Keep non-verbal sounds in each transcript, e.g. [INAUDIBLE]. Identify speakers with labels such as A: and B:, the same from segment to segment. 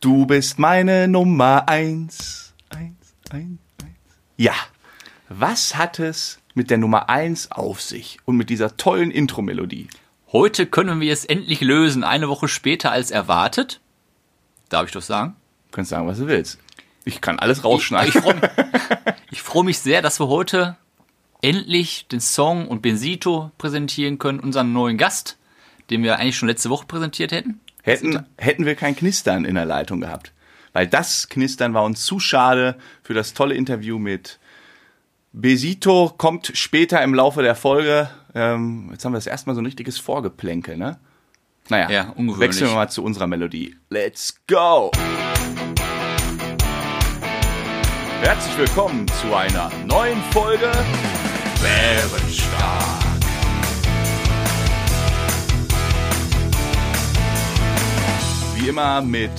A: Du bist meine Nummer eins. Eins, eins, eins. Ja. Was hat es mit der Nummer eins auf sich und mit dieser tollen Intro-Melodie?
B: Heute können wir es endlich lösen, eine Woche später als erwartet. Darf ich das sagen?
A: Du kannst sagen, was du willst. Ich kann alles
B: Ich,
A: rausschneiden.
B: ich freue mich, ich freu mich sehr, dass wir heute endlich den Song und Benzito präsentieren können, unseren neuen Gast, den wir eigentlich schon letzte Woche präsentiert hätten.
A: hätten, hätten wir kein Knistern in der Leitung gehabt. Weil das Knistern war uns zu schade für das tolle Interview mit Besito. Kommt später im Laufe der Folge. Ähm, jetzt haben wir das erstmal so ein richtiges Vorgeplänkel, ne? Naja,
B: Ja, ungewöhnlich.
A: wechseln wir mal zu unserer Melodie. Let's go! Herzlich willkommen zu einer neuen Folge Bärenstark. Wie immer mit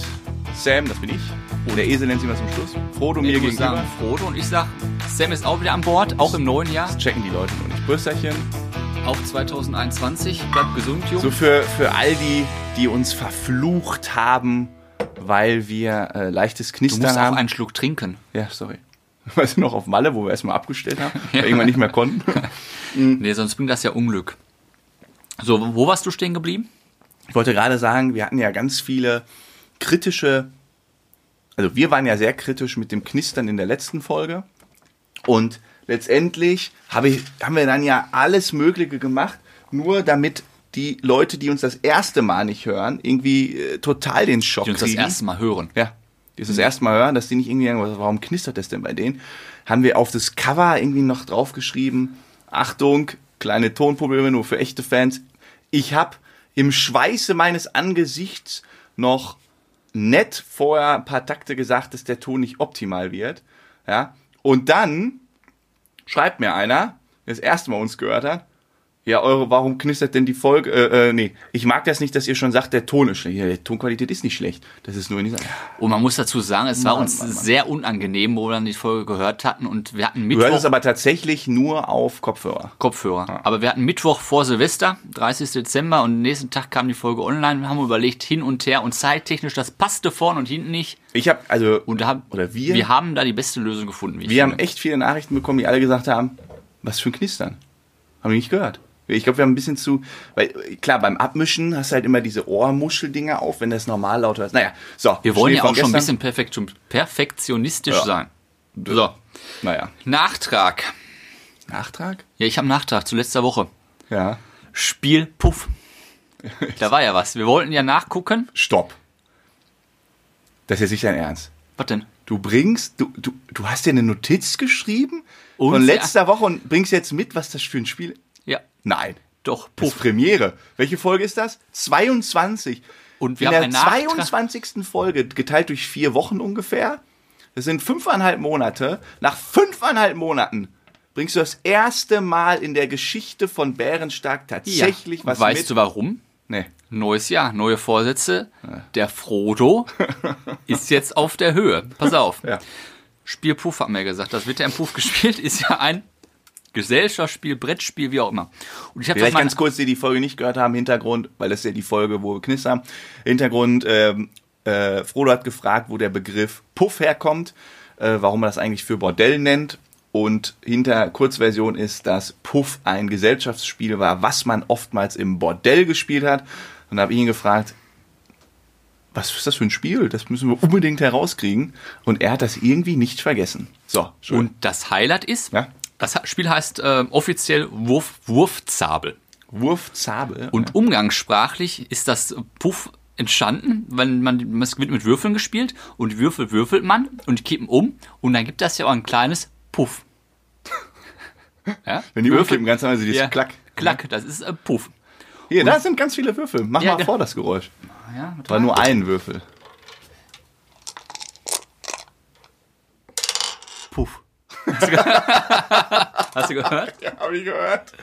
A: Sam, das bin ich. Der Esel nennt sich immer zum Schluss. Frodo mir
B: Ich muss
A: gegenüber.
B: sagen, Frodo und ich sag, Sam ist auch wieder an Bord, auch im neuen Jahr,
A: Das checken die Leute noch nicht. Brüsterchen.
B: auch 2021. Bleibt gesund, Jungs.
A: So für, für all die, die uns verflucht haben, weil wir äh, leichtes
B: Du
A: Knistern
B: musst auch
A: haben.
B: einen Schluck trinken.
A: ja, sorry. [LAUGHS] Weißt du noch, auf Malle, wo wir erstmal abgestellt
B: [LAUGHS]
A: haben, weil wir irgendwann nicht mehr konnten.
B: Nee, sonst bringt das ja Unglück. So, wo warst du stehen geblieben?
A: Ich wollte gerade sagen, wir hatten ja ganz viele kritische, also wir waren ja sehr kritisch mit dem Knistern in der letzten Folge. Und letztendlich habe ich, haben wir dann ja alles Mögliche gemacht, nur damit die Leute, die uns das erste Mal nicht hören, irgendwie äh, total den Schock
B: Die uns das
A: kriegen.
B: erste Mal hören.
A: Ja. Die es das erste Mal hören, dass die nicht irgendwie sagen, was- warum knistert das denn bei denen? Haben wir auf das Cover irgendwie noch draufgeschrieben, Achtung, kleine Tonprobleme nur für echte Fans. Ich hab im Schweiße meines Angesichts noch nett vorher ein paar Takte gesagt, dass der Ton nicht optimal wird. Ja. Und dann schreibt mir einer, der das erste Mal uns gehört hat, ja, eure, warum knistert denn die Folge? Äh, äh, nee, ich mag das nicht, dass ihr schon sagt, der Ton ist schlecht. Ja, die Tonqualität ist nicht schlecht. Das ist nur in dieser.
B: Und man muss dazu sagen, es war
A: Mann,
B: uns
A: Mann, Mann.
B: sehr unangenehm, wo wir dann die Folge gehört hatten und wir hatten
A: Du hörst es
B: Mittwoch
A: aber tatsächlich nur auf Kopfhörer.
B: Kopfhörer. Aber wir hatten Mittwoch vor Silvester, 30. Dezember und nächsten Tag kam die Folge online. Wir haben überlegt hin und her und zeittechnisch, das passte vorne und hinten nicht.
A: Ich habe also
B: Und da haben,
A: Oder wir?
B: wir haben da die beste Lösung gefunden. wie ich
A: wir haben
B: finde.
A: echt viele Nachrichten bekommen, die alle gesagt haben, was für ein Knistern. Haben wir nicht gehört. Ich glaube, wir haben ein bisschen zu, weil klar, beim Abmischen hast du halt immer diese Ohrmuscheldinger auf, wenn das normal laut ist. Naja, so.
B: wir wollen
A: Schnee
B: ja
A: von
B: auch schon ein
A: gestern.
B: bisschen perfektion- perfektionistisch
A: Ja.
B: sein. So,
A: Naja.
B: Nachtrag.
A: Nachtrag?
B: Ja, ich habe einen Nachtrag zu letzter Woche.
A: Ja.
B: Spiel
A: [LAUGHS]
B: Puff. Da war ja was. Wir wollten ja nachgucken.
A: Stopp. Das ist jetzt nicht dein Ernst.
B: Was denn?
A: Du bringst, du, du, du hast dir eine Notiz geschrieben
B: Und
A: von
B: sie-
A: letzter Woche und bringst jetzt mit, was das für ein Spiel ist.
B: Ja,
A: Nein.
B: doch,
A: Puff.
B: Puff.
A: Premiere. Welche Folge ist das? 22.
B: Und
A: In
B: wir haben
A: der
B: einen Nachtrag.
A: 22. Folge, geteilt durch vier Wochen ungefähr, das sind fünfeinhalb Monate. Nach fünfeinhalb Monaten bringst du das erste Mal in der Geschichte von Bärenstark tatsächlich was
B: Weißt
A: mit.
B: du warum?
A: nee.
B: Neues Jahr, neue Vorsätze.
A: [LAUGHS]
B: Der Frodo ist jetzt auf der Höhe. Pass auf.
A: Ja.
B: Spiel Puff haben wir gesagt. Das wird ja im Puff gespielt. [LAUGHS] Ist ja ein Gesellschaftsspiel, Brettspiel, wie auch immer. Und ich habe das
A: Vielleicht
B: mal
A: ganz kurz, die die Folge nicht gehört haben, Hintergrund, weil das ist ja die Folge, wo wir knistern. Hintergrund, ähm, äh, Frodo hat gefragt, wo der Begriff Puff herkommt, äh, warum man das eigentlich für Bordell nennt. Und hinter Kurzversion ist, dass Puff ein Gesellschaftsspiel war, was man oftmals im Bordell gespielt hat. Und habe ich ihn gefragt, was ist das für ein Spiel? Das müssen wir unbedingt herauskriegen. Und er hat das irgendwie nicht vergessen. So, schön.
B: und das Highlight ist,
A: Ja.
B: das Spiel heißt äh, offiziell Wurf, Wurfzabel.
A: Wurfzabel.
B: Und umgangssprachlich ist das Puff entstanden, wenn man es wird mit Würfeln gespielt und Würfel würfelt man und die kippen um und dann gibt das ja auch ein kleines
A: [LAUGHS]
B: Puff. Ja?
A: Wenn die Würfel ganz normal, sie dieses
B: ja,
A: Klack.
B: Klack, das ist äh, Puff.
A: Hier, da sind ganz viele Würfel. Mach
B: Ja,
A: mal
B: ge- Ah,
A: vor das Geräusch.
B: Ja, mit
A: War
B: rein.
A: nur ein Würfel.
B: Puff. [LAUGHS] Hast du gehört? Hast du gehört?
A: Ja, hab ich gehört.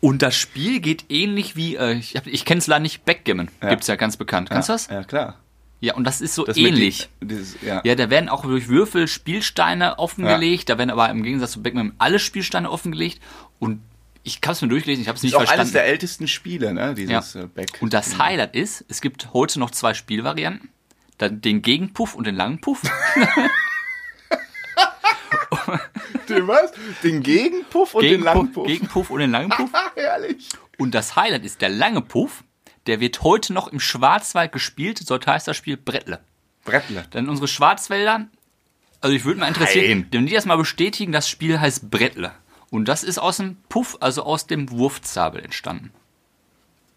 B: Und das Spiel geht ähnlich wie, äh, ich, hab- ich kenne es leider nicht, Backgammon. Gibt's ja ganz bekannt. Kannst du das?
A: Ja, klar.
B: Ja, und das ist so
A: Das mit
B: ähnlich.
A: die- Dieses, ja.
B: Ja, da werden auch durch Würfel Spielsteine offengelegt. Da werden aber im Gegensatz zu Backgammon alle Spielsteine offengelegt. Und ich hab's mir durchgelesen, ich hab's nicht
A: ist auch eines
B: verstanden.
A: der ältesten Spiele, ne? Dieses
B: Ja.
A: äh, Back.
B: Und das Highlight ist, es gibt heute noch zwei Spielvarianten. dann den Gegenpuff und den
A: [LAUGHS]
B: langen Puff.
A: Den [LAUGHS] was? Den Gegenpuff und den
B: Gegenpuff,
A: langen Puff.
B: Gegenpuff und den langen Puff.
A: [LAUGHS] Ah, herrlich.
B: Und das Highlight ist der lange Puff. Der wird heute noch im Schwarzwald gespielt. So heißt das Spiel Brettle.
A: Brettle.
B: Dann unsere Schwarzwälder. Also ich würde mal interessieren,
A: Nein.
B: wenn die das mal bestätigen, das Spiel heißt Brettle. Und das ist aus dem Puff, also aus dem Wurfzabel entstanden.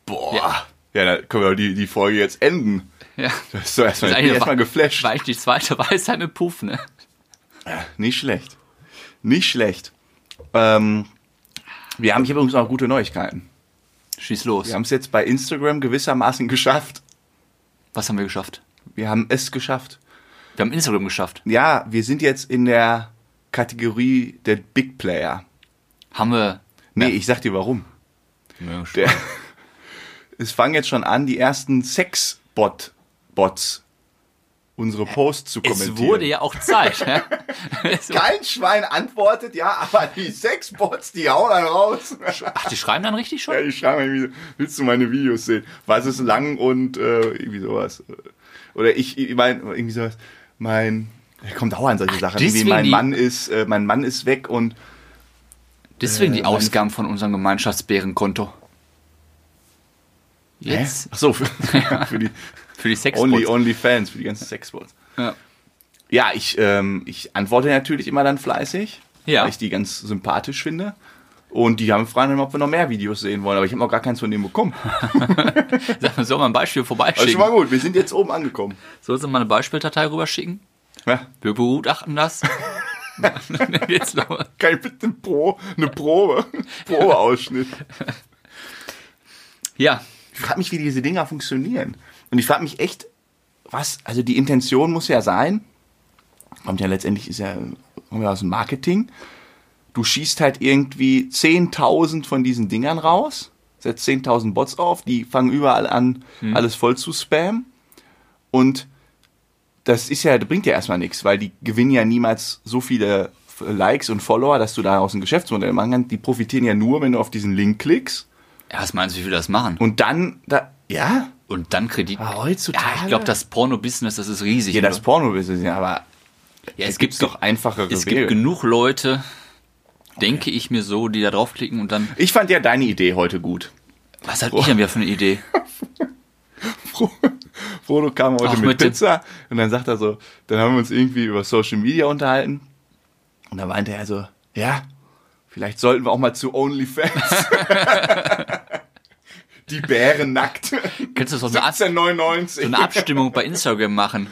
A: Boah. Ja, da können wir die, die Folge jetzt enden.
B: Ja.
A: Das ist doch erstmal, ich
B: Das
A: bin
B: ist
A: erstmal
B: eigentlich
A: geflasht.
B: War ich die zweite Weisheit mit Puff, ne?
A: Nicht schlecht. Nicht schlecht. Ähm, wir haben, ich habe übrigens noch gute Neuigkeiten.
B: Schieß los.
A: Wir haben es jetzt bei Instagram gewissermaßen geschafft.
B: Was haben wir geschafft?
A: Wir haben es geschafft.
B: Wir haben Instagram geschafft.
A: Ja, wir sind jetzt in der Kategorie der Big Player.
B: Haben wir.
A: Nee,
B: Ja.
A: ich sag dir warum.
B: Ja,
A: Der, es fangen jetzt schon an, die ersten Sexbot-Bots unsere Posts zu kommentieren.
B: Äh, es wurde ja auch Zeit. ja.
A: [LAUGHS]
B: Es-
A: Kein Schwein antwortet, ja, aber die Sexbots, die hauen dann raus.
B: Ach, die schreiben dann richtig schon?
A: [LAUGHS] Ja, ich schreibe irgendwie, willst du meine Videos sehen? Was ist lang und äh, irgendwie sowas. Oder ich, ich meine, irgendwie sowas, mein, da kommt auch an solche Sachen, wie
B: deswegen
A: mein
B: die-
A: Mann ist, äh, mein Mann ist weg und
B: Deswegen die
A: meine-
B: Ausgaben von unserem Gemeinschaftsbärenkonto. Jetzt?
A: Hä? Ach so, [LAUGHS] für, für die
B: [LAUGHS] Für die Sexbots.
A: Only, Only Fans, für die ganzen Sexbots.
B: Ja.
A: Ja, ich, ähm, ich antworte natürlich immer dann fleißig,
B: Ja.
A: weil ich die ganz sympathisch finde. Und die haben fragen, ob wir noch mehr Videos sehen wollen, aber ich habe noch gar keins von denen bekommen.
B: Sag mal, Soll man ein Beispiel
A: Das ist schon
B: vorbeischicken?
A: mal gut, wir sind jetzt oben angekommen.
B: Sollst du mal eine Beispieldatei rüberschicken?
A: Ja,
B: Wir begutachten
A: [LAUGHS]
B: das. Dann geht's los.
A: kann ich bitte ein Pro, eine Probe, [LAUGHS] Probeausschnitt.
B: Ja,
A: Ich frage mich, wie diese Dinger funktionieren. Und ich frage mich echt, was, also die Intention muss ja sein, kommt ja letztendlich, ist ja, kommt ja aus dem Marketing. Du schießt halt irgendwie 10.000 von diesen Dingern raus, setzt 10.000 Bots auf, die fangen überall an, alles voll zu spammen. Und das ist ja, das bringt ja erstmal nichts, weil die gewinnen ja niemals so viele Likes und Follower, dass du daraus ein Geschäftsmodell machen kannst. Die profitieren ja nur, wenn du auf diesen Link klickst.
B: Ja, was meinst du, wie wir das machen?
A: Und dann, da, ja,
B: Und dann Kredit.
A: Ah, heutzutage?
B: Ja, ich glaube, das Porno-Business, das ist riesig.
A: Ja, das Porno-Business, ja, aber
B: ja, es
A: es
B: gibt
A: gibt doch einfachere
B: Es gibt
A: Wege.
B: genug Leute, denke ich mir so, die da draufklicken und dann,
A: Ich fand ja deine Idee heute gut. [LAUGHS]
B: was hat ich denn wieder für eine Idee?
A: Frodo kam heute
B: Ach,
A: mit,
B: mit dem-
A: Pizza und dann sagt er so, dann haben wir uns irgendwie über Social Media unterhalten und da meinte er so, ja, vielleicht sollten wir auch mal zu
B: [LAUGHS]
A: OnlyFans. Die Bären nackt.
B: Kennst du so eine, Ab so
A: 1799.
B: eine Abstimmung bei Instagram machen?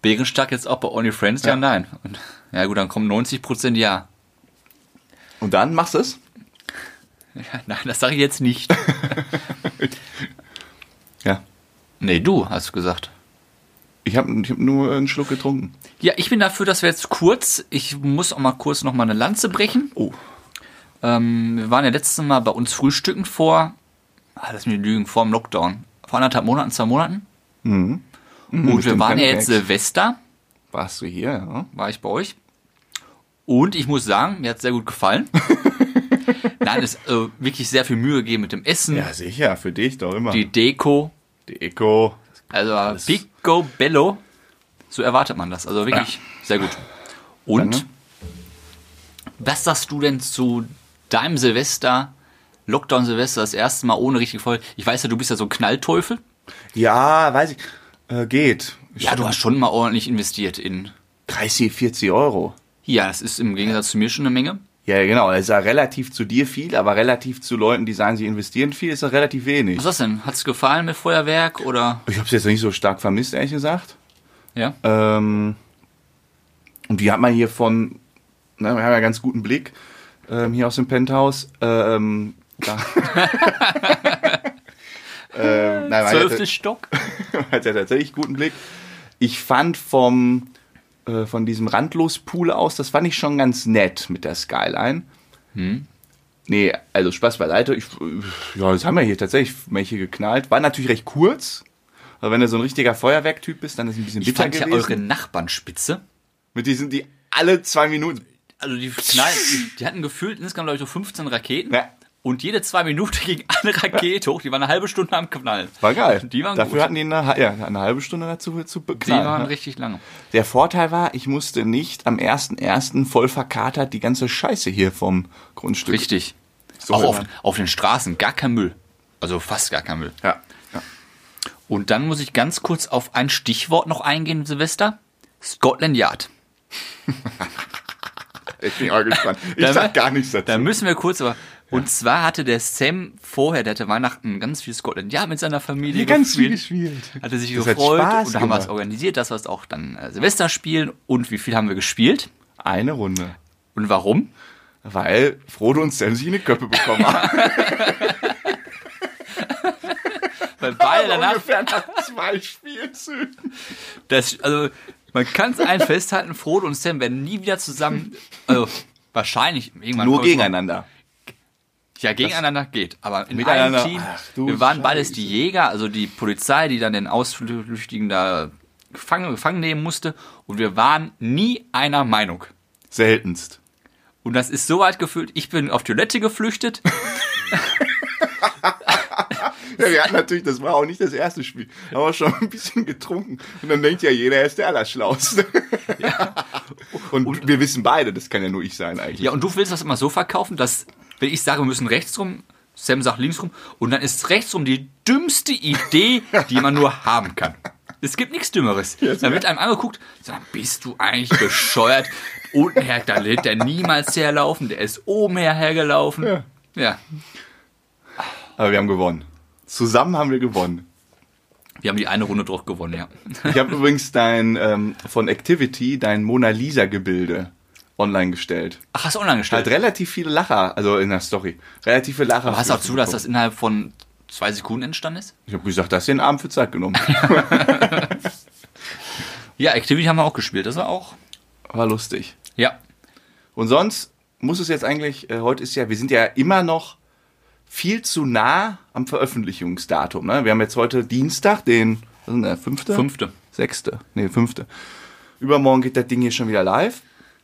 B: Bärenstark jetzt auch bei OnlyFriends? Ja, ja nein. Und, ja gut, dann kommen 90% ja. [LAUGHS]
A: Und dann machst du es?
B: ja. Nein, das sage ich
A: [LAUGHS]
B: jetzt nicht.
A: Ja.
B: Nee, du hast gesagt.
A: Ich habe ich hab nur einen Schluck getrunken.
B: Ja, ich bin dafür, dass wir jetzt kurz, ich muss auch mal kurz nochmal eine Lanze brechen.
A: Oh.
B: Ähm, wir waren ja letztes Mal bei uns frühstücken vor, ah, lass mich lügen, vor dem Lockdown. Vor anderthalb Monaten, zwei Monaten. Und
A: mit
B: wir
A: dem
B: waren ja
A: Pancakes.
B: jetzt Silvester,
A: Warst du hier? Ja?
B: war ich bei euch. Und ich muss sagen, mir hat sehr gut gefallen. Nein, es äh, wirklich sehr viel Mühe gegeben mit dem Essen,
A: ja, sicher, für dich doch immer.
B: die Deko,
A: die Eco.
B: also picobello. So erwartet man das, also wirklich sehr gut. Und
A: Danke.
B: was sagst du denn zu deinem Silvester, Lockdown-Silvester, das erste Mal ohne richtige Folge? Ich weiß ja, du bist ja so ein Knallteufel.
A: Ja, weiß ich. Äh, geht. Ich
B: Ja, du hast schon mal ordentlich investiert in.
A: 30, 40 Euro.
B: Ja, das ist im Gegensatz zu mir schon eine Menge.
A: Ja, genau. Das ist ja relativ zu dir viel, aber relativ zu Leuten, die sagen, sie investieren viel, ist ja relativ wenig.
B: Was ist das denn? Hat's gefallen mit Feuerwerk oder?
A: Ich habe es jetzt nicht so stark vermisst, ehrlich gesagt.
B: Ja.
A: Ähm, und die hat man hier von, na, wir haben ja einen ganz guten Blick ähm, hier aus dem Penthouse. Ähm, da. [LAUGHS] ähm, nein, man
B: Zwölftes
A: hatte,
B: Stock?
A: man [LAUGHS] hat ja tatsächlich guten Blick. Ich fand vom, äh, von diesem Randlos-Pool aus, das fand ich schon ganz nett mit der Skyline.
B: Hm.
A: Nee, also Spaß beiseite. Ich, ja, das haben wir hier tatsächlich welche geknallt. War natürlich recht kurz. Aber wenn du so ein richtiger Feuerwerktyp bist, dann ist es ein bisschen
B: Ich
A: bitter
B: fand ja eure
A: gewesen.
B: Nachbarnspitze.
A: Mit diesen, die alle zwei Minuten.
B: Also die knallen, die hatten gefühlt insgesamt, glaube ich, so 15 Raketen.
A: Ja.
B: und jede zwei Minuten [LAUGHS] ging eine Rakete hoch. Die war eine halbe Stunde am Knallen.
A: War geil.
B: Die waren
A: Dafür
B: gut.
A: hatten die eine, ja, eine halbe Stunde dazu zu
B: Die
A: beknallen.
B: waren
A: ne?
B: richtig lange.
A: Der Vorteil war, ich musste nicht am 1.1. voll verkatert die ganze Scheiße hier vom Grundstück.
B: Richtig.
A: So
B: auch auf,
A: immer.
B: auf den Straßen gar kein Müll. Also fast gar kein Müll.
A: Ja. ja.
B: Und dann muss ich ganz kurz auf ein Stichwort noch eingehen, Silvester. Scotland Yard.
A: Ich bin auch gespannt. Ich
B: Da-
A: sag gar nichts dazu.
B: Da müssen wir kurz aber. Und zwar hatte der Sam vorher, der hatte Weihnachten ganz viel Scotland Yard mit seiner Familie. gespielt.
A: gespielt.
B: Hatte sich
A: Das hat
B: gefreut
A: Spaß
B: und da haben wir es
A: gemacht.
B: organisiert, dass wir es auch dann äh, Silvester spielen. Und wie viel haben wir gespielt?
A: Eine Runde.
B: Und warum?
A: Weil Frodo und Sam sich in die Köpfe bekommen [LAUGHS] haben. [LAUGHS]
B: Weil beide danach
A: Ungefähr nach zwei Spielzügen.
B: Das, also, man kann es allen festhalten, Frodo und Sam werden nie wieder zusammen. Also, wahrscheinlich irgendwann.
A: Nur
B: kommt's mal-
A: gegeneinander.
B: Ja, gegeneinander geht. Aber in einem
A: Miteinander-
B: Team,
A: Ach, du
B: wir waren
A: Scheiße.
B: beides die Jäger, also die Polizei, die dann den Ausflüchtigen da gefangen, gefangen nehmen musste. Und wir waren nie einer Meinung.
A: Seltenst.
B: Und das ist so weit gefühlt, ich bin auf Toilette geflüchtet.
A: Ja, wir hatten natürlich, das war auch nicht das erste Spiel, aber schon ein bisschen getrunken. Und dann denkt ja jeder, er ist der [LAUGHS] Allerschlauste. Und, wir wissen beide, das kann ja nur ich sein eigentlich.
B: Ja, und du willst das immer so verkaufen, dass, wenn ich sage, wir müssen rechts rum, Sam sagt links rum, und dann ist rechts rum die dümmste Idee, die man nur haben kann. Es gibt nichts Dümmeres. Dann wird einem angeguckt, sag, mal, bist du eigentlich bescheuert? Unten her, da wird der niemals herlaufen, der ist oben her hergelaufen. Ja.
A: Ja. Aber wir haben gewonnen. Zusammen haben wir gewonnen.
B: wir haben die eine Runde drauf gewonnen, ja.
A: Ich habe übrigens dein ähm, von Activity dein Mona Lisa Gebilde online gestellt.
B: Ach, hast du online gestellt?
A: Hat relativ viele Lacher, also in der Story. Relativ viele Lacher.
B: Hast du auch zu, dass das innerhalb von zwei Sekunden entstanden ist?
A: Ich habe gesagt, das ist den Abend für Zeit
B: [LAUGHS]
A: genommen.
B: Ja, Activity haben wir auch gespielt, das war auch.
A: War lustig.
B: Ja.
A: Und sonst muss es jetzt eigentlich, äh, heute ist ja, wir sind ja immer noch viel zu nah am Veröffentlichungsdatum. Ne? Wir haben jetzt heute Dienstag, den was ist denn der, fünfte?
B: Fünfte.
A: Sechste. Nee, fünfte. Übermorgen geht das Ding hier schon wieder live.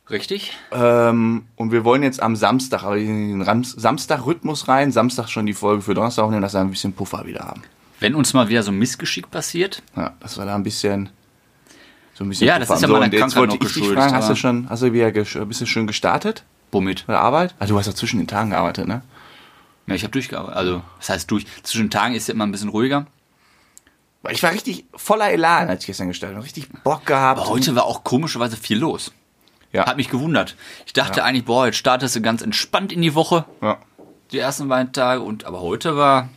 B: Richtig?
A: Ähm, und wir wollen jetzt am Samstag, aber in den Rams- Samstag-Rhythmus rein, Samstag schon die Folge für Donnerstag aufnehmen, dass wir ein bisschen Puffer wieder haben.
B: Wenn uns mal wieder so ein Missgeschick passiert,
A: Ja, dass wir da ein bisschen so ein bisschen
B: Ja, das
A: Puffer
B: ist ja
A: haben. So,
B: meiner
A: und jetzt
B: Krankheit
A: wollte
B: noch
A: ich dich
B: geschuldet,
A: fragen, hast du
B: aber-
A: schon, hast du wieder gesch- bist du schön gestartet
B: womit?
A: bei der Arbeit? Ah, du hast ja zwischen den Tagen gearbeitet, ne?
B: Ja, ich habe durchgearbeitet. Also, das heißt durch. Zwischen den Tagen ist ja immer ein bisschen ruhiger.
A: Weil ich war richtig voller Elan, als ich gestern gestartet habe. Richtig Bock gehabt.
B: Aber heute war auch komischerweise viel los.
A: ja.
B: Hat mich gewundert. Ich dachte eigentlich, boah, jetzt startest du ganz entspannt in die Woche,
A: ja.
B: die ersten beiden Tage. Und aber heute war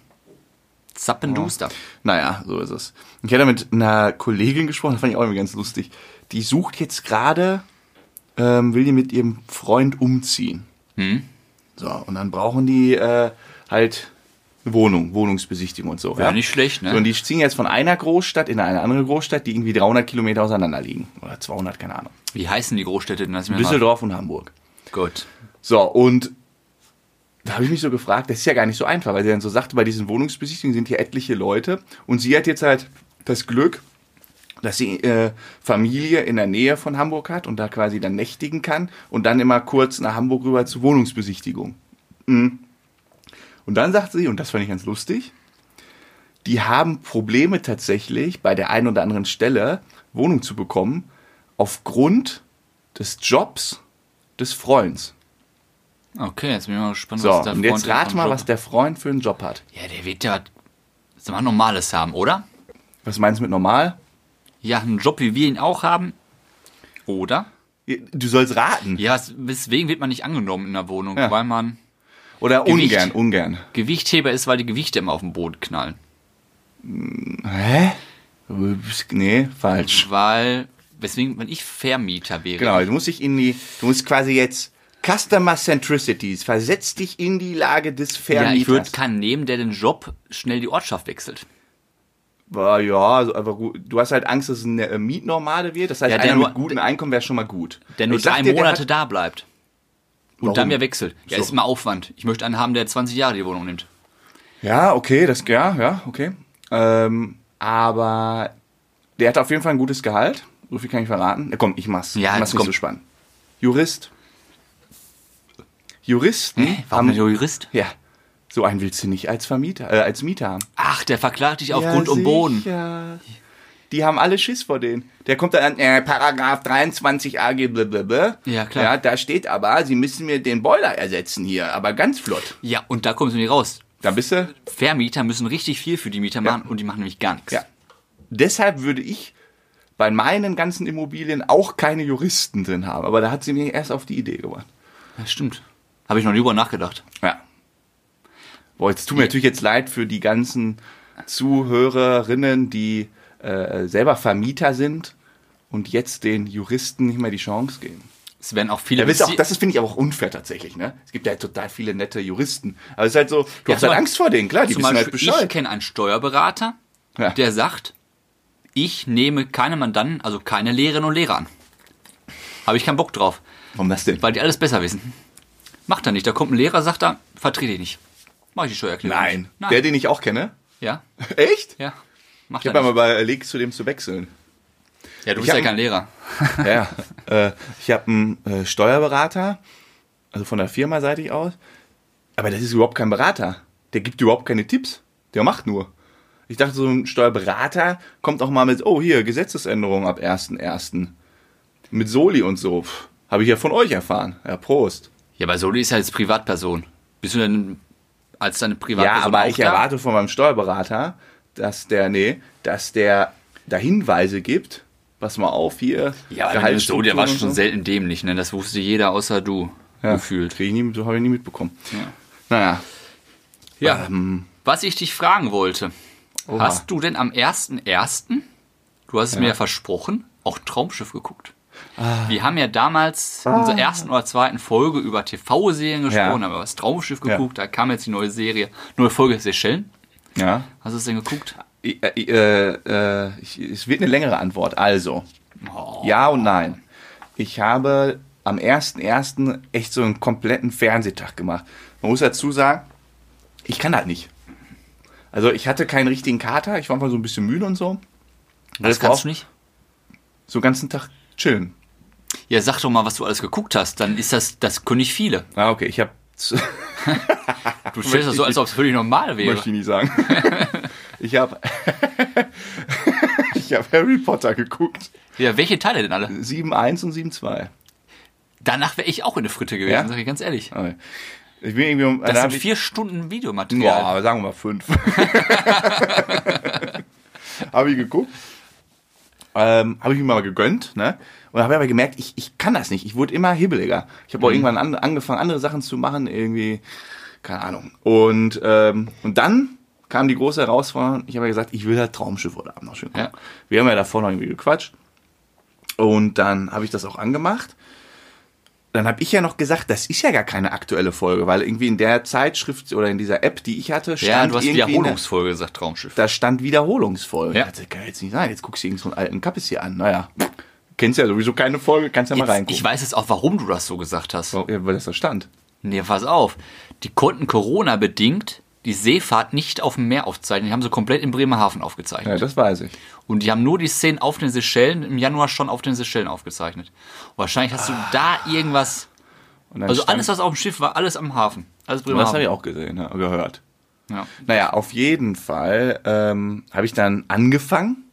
B: zappenduster.
A: Naja, so ist es. Ich hatte mit einer Kollegin gesprochen, das fand ich auch irgendwie ganz lustig. Die sucht jetzt gerade, ähm, will die mit ihrem Freund umziehen.
B: Hm?
A: So, und dann brauchen die äh, halt eine Wohnung, Wohnungsbesichtigung und so.
B: War nicht schlecht,
A: So, und
B: ne?
A: die ziehen jetzt von einer Großstadt in eine andere Großstadt, die irgendwie 300 Kilometer auseinander liegen. Oder 200, keine Ahnung.
B: Wie heißen die Großstädte denn? Lass mich mal-
A: Düsseldorf und Hamburg.
B: Gut.
A: So, und da habe ich mich so gefragt, das ist ja gar nicht so einfach, weil sie dann so sagte, bei diesen Wohnungsbesichtigungen sind hier etliche Leute und sie hat jetzt halt das Glück, dass sie äh, Familie in der Nähe von Hamburg hat und da quasi dann nächtigen kann und dann immer kurz nach Hamburg rüber zur Wohnungsbesichtigung. Mhm. Und dann sagte sie, und das fand ich ganz lustig, die haben Probleme tatsächlich bei der einen oder anderen Stelle Wohnung zu bekommen aufgrund des Jobs des Freunds.
B: Okay, jetzt bin ich mal gespannt,
A: So, und jetzt
B: denn
A: rat
B: vom
A: mal,
B: Job-
A: was der Freund für einen Job hat.
B: Ja, der wird ja was mal Normales haben, oder?
A: Was meinst du mit normal?
B: Ja, einen Job, wie wir ihn auch haben. Oder?
A: Du sollst raten.
B: Ja, was- weswegen wird man nicht angenommen in der Wohnung?
A: Ja.
B: Weil man
A: Oder
B: Gewicht.
A: ungern, ungern.
B: Gewichtheber ist, weil die Gewichte immer auf den Boden knallen.
A: Hä? Nee, falsch.
B: Weil, weswegen, wenn ich Vermieter wäre.
A: Genau, du musst dich in die, du musst quasi jetzt Customer Centricities, versetz dich in die Lage des
B: Ja, ich würde
A: Vermieters.
B: keinen nehmen, der den Job schnell die Ortschaft wechselt.
A: Ja, ja also einfach gut. Du hast halt Angst, dass es ein äh, Mietnomade wird. Das heißt,
B: Ja, der
A: einer
B: nur-
A: mit gutem Einkommen wäre schon mal gut.
B: Der nur
A: Ich sag
B: drei
A: dir, der
B: Monate
A: hat-
B: da bleibt. Und
A: Warum?
B: dann wieder wechselt. Ja,
A: So.
B: ist immer Aufwand. Ich möchte einen haben, der 20 Jahre die Wohnung nimmt.
A: Ja, okay, das, ja, ja, okay. Ähm, aber der hat auf jeden Fall ein gutes Gehalt. So viel kann ich verraten. Na, komm, ich mach's.
B: Ja,
A: ich
B: jetzt
A: mach's nicht
B: komm.
A: so spannend. Jurist. Juristen
B: Warum
A: haben,
B: der Jurist?
A: ja, So einen willst du nicht als Vermieter, äh, als Mieter haben.
B: Ach, der verklagt dich auf Grund und um Boden.
A: sicher. Die haben alle Schiss vor denen. Der kommt dann an, äh, Paragraph 23 AG, blablabla.
B: Ja, klar.
A: Ja, da steht aber, sie müssen mir den Boiler ersetzen hier, aber ganz flott.
B: Ja, und da kommst du nicht raus.
A: Da bist du.
B: Vermieter müssen richtig viel für die Mieter machen und die machen nämlich gar nichts.
A: Ja. Deshalb würde ich bei meinen ganzen Immobilien auch keine Juristen drin haben. Aber da hat sie mir erst auf die Idee gebracht.
B: Ja, stimmt. Habe ich noch nie über nachgedacht.
A: Ja. Boah, jetzt
B: Hm.
A: tut mir natürlich jetzt leid für die ganzen Zuhörerinnen, die äh, selber Vermieter sind und jetzt den Juristen nicht mehr die Chance geben.
B: Es werden auch viele.
A: Ja, wisst ihr auch,
B: Bezie-
A: das ist, finde ich, aber auch unfair tatsächlich, ne? Es gibt ja total viele nette Juristen. Aber es ist halt so, du hast
B: zum
A: halt
B: Beispiel-
A: Angst vor denen, klar, die
B: Zum
A: wissen halt
B: Beispiel, ich
A: Bescheid.
B: kenne einen Steuerberater,
A: Ja.
B: der sagt, ich nehme keine Mandanten, also keine Lehrerinnen und Lehrer an. Habe ich keinen Bock drauf,
A: Warum das denn?
B: weil die alles besser wissen. Macht er nicht. Da kommt ein Lehrer, sagt er, vertrete ich nicht. Mach ich die Steuererklärung.
A: Nein.
B: Nicht. Nein.
A: Der, den ich auch kenne. [LAUGHS]
B: ja,
A: Echt?
B: ja. Macht
A: Ich
B: er
A: habe ja mal
B: nicht.
A: überlegt, zu dem zu wechseln.
B: Ja, du
A: ich
B: bist ja
A: hab-
B: kein Lehrer.
A: Ja, äh, ich habe einen äh, Steuerberater, also von der Firma seitig aus, aber das ist überhaupt kein Berater. Der gibt überhaupt keine Tipps. Der macht nur. Ich dachte, so ein Steuerberater kommt auch mal mit, oh hier, Gesetzesänderung ab 1.1. Mit Soli und so. Pff, Habe ich ja von euch erfahren. Ja, Prost.
B: Ja, aber Soli ist ja als Privatperson. Bist du denn als deine
A: Ja,
B: Privatperson
A: aber
B: auch
A: ich
B: da?
A: erwarte von meinem Steuerberater, dass der, nee, dass der da Hinweise gibt, pass mal auf hier.
B: Ja, aber wenn du so, der war
A: Gehaltsstrukturen
B: schon
A: und so.
B: selten dämlich, ne? Das wusste jeder außer du gefühlt.
A: Krieg ich nie, so habe ich nie mitbekommen.
B: Ja.
A: Naja,
B: Ja. Was ich dich fragen wollte,
A: Ähm. Oha.
B: hast du denn am 1.1., du hast es mir ja versprochen, auch Traumschiff geguckt?
A: Ah.
B: Wir haben ja damals in unserer ersten oder zweiten Folge über TV-Serien gesprochen,
A: Ja.
B: haben über das Traumschiff geguckt, da kam jetzt die neue Serie, neue Folge Seychellen.
A: Ja.
B: Hast du es denn geguckt?
A: I- äh, äh, äh, ich, es wird eine längere Antwort. Also, ja und nein. Ich habe am 1.1. echt so einen kompletten Fernsehtag gemacht. Man muss dazu sagen, ich kann das nicht. Also ich hatte keinen richtigen Kater, ich war einfach so ein bisschen müde und so.
B: Das
A: war
B: kannst
A: auch
B: du nicht?
A: So den ganzen Tag chillen.
B: Ja, sag doch mal, was du alles geguckt hast, dann ist das, das können nicht viele.
A: Ah, okay, ich habe... [LAUGHS]
B: Du stellst das so, als ob es völlig normal wäre.
A: Möchte ich nicht sagen. ich habe... [LAUGHS] ich habe Harry Potter geguckt.
B: Ja, welche Teile denn alle?
A: 7.1 und 7.2.
B: Danach wäre ich auch in der Fritte gewesen,
A: Ja?
B: sag ich ganz ehrlich.
A: Okay. Ich bin irgendwie um...
B: Das
A: da hab
B: sind
A: ich-
B: vier Stunden Videomaterial.
A: Ja, sagen wir mal [LAUGHS] fünf. habe ich geguckt. Ähm, habe ich mir mal gegönnt, ne? Und habe aber gemerkt, ich, ich kann das nicht. Ich wurde immer hibbeliger. Ich habe auch irgendwann an, angefangen, andere Sachen zu machen, irgendwie, keine Ahnung. Und, ähm, und dann kam die große Herausforderung, ich habe ja gesagt, ich will halt Traumschiff heute Abend noch schön gucken.
B: Ja.
A: Wir haben ja davor noch irgendwie gequatscht. Und dann habe ich das auch angemacht dann habe ich ja noch gesagt, das ist ja gar keine aktuelle Folge, weil irgendwie in der Zeitschrift oder in dieser App, die ich hatte, stand
B: Ja, du hast
A: irgendwie
B: Wiederholungsfolge gesagt, Traumschiff.
A: da stand Wiederholungsfolge.
B: Ja.
A: Ja. Das kann jetzt nicht sein. Jetzt guckst du irgendeinen so einen alten Kappes hier an. Naja, kennst ja sowieso keine Folge, kannst ja mal
B: Jetzt,
A: reingucken.
B: ich weiß jetzt auch, warum du das so gesagt hast.
A: Oh, ja, weil das da stand.
B: Nee, pass auf. Die konnten Corona-bedingt die Seefahrt nicht auf dem Meer aufzeichnen. Die haben sie komplett in Bremerhaven
A: Ja,
B: aufgezeichnet.
A: das weiß ich.
B: Und die haben nur die Szenen auf den Seychellen im Januar schon auf den Seychellen aufgezeichnet. wahrscheinlich hast du
A: Ah.
B: da irgendwas.
A: Und dann
B: Also
A: stand-
B: alles, was auf dem Schiff war, alles am Hafen. Alles
A: das
B: Bremerhaven.
A: habe ich auch gesehen, ja, gehört.
B: ja.
A: Naja, auf jeden Fall ähm, habe ich dann angefangen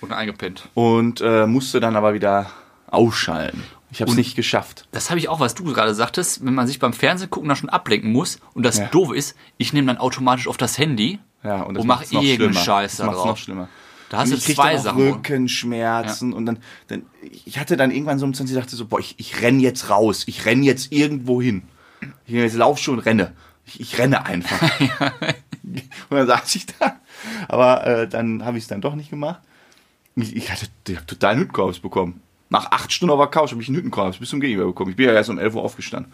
B: Und eingepennt.
A: und äh, musste dann aber wieder ausschalten. Ich habe es nicht geschafft.
B: Das habe ich auch, was du gerade sagtest, wenn man sich beim Fernsehen gucken da schon ablenken muss und das
A: Ja.
B: doof ist, ich nehme dann automatisch auf das Handy
A: Ja, und das
B: mache
A: macht's noch
B: Oh, irgendeinen
A: schlimmer.
B: Scheiß da
A: das macht's noch
B: drauf.
A: schlimmer.
B: Da hast
A: Und
B: du
A: ich krieg
B: zwei
A: dann auch
B: Sachen.
A: Rückenschmerzen und dann, dann, ich hatte dann irgendwann so um 20 Uhr dachte so, boah, ich, ich renn jetzt raus, ich renn jetzt irgendwo hin. Ich jetzt lauf schon, renne. Ich, ich renne einfach.
B: [LAUGHS]
A: und dann saß ich da. Aber äh, dann habe ich es dann doch nicht gemacht. Ich, ich hatte ich hab total einen Hüttenkorbs bekommen. Nach acht Stunden auf der Couch habe ich einen Hüttenkorbs bis zum Gegenüber bekommen. Ich bin ja erst um 11 Uhr aufgestanden.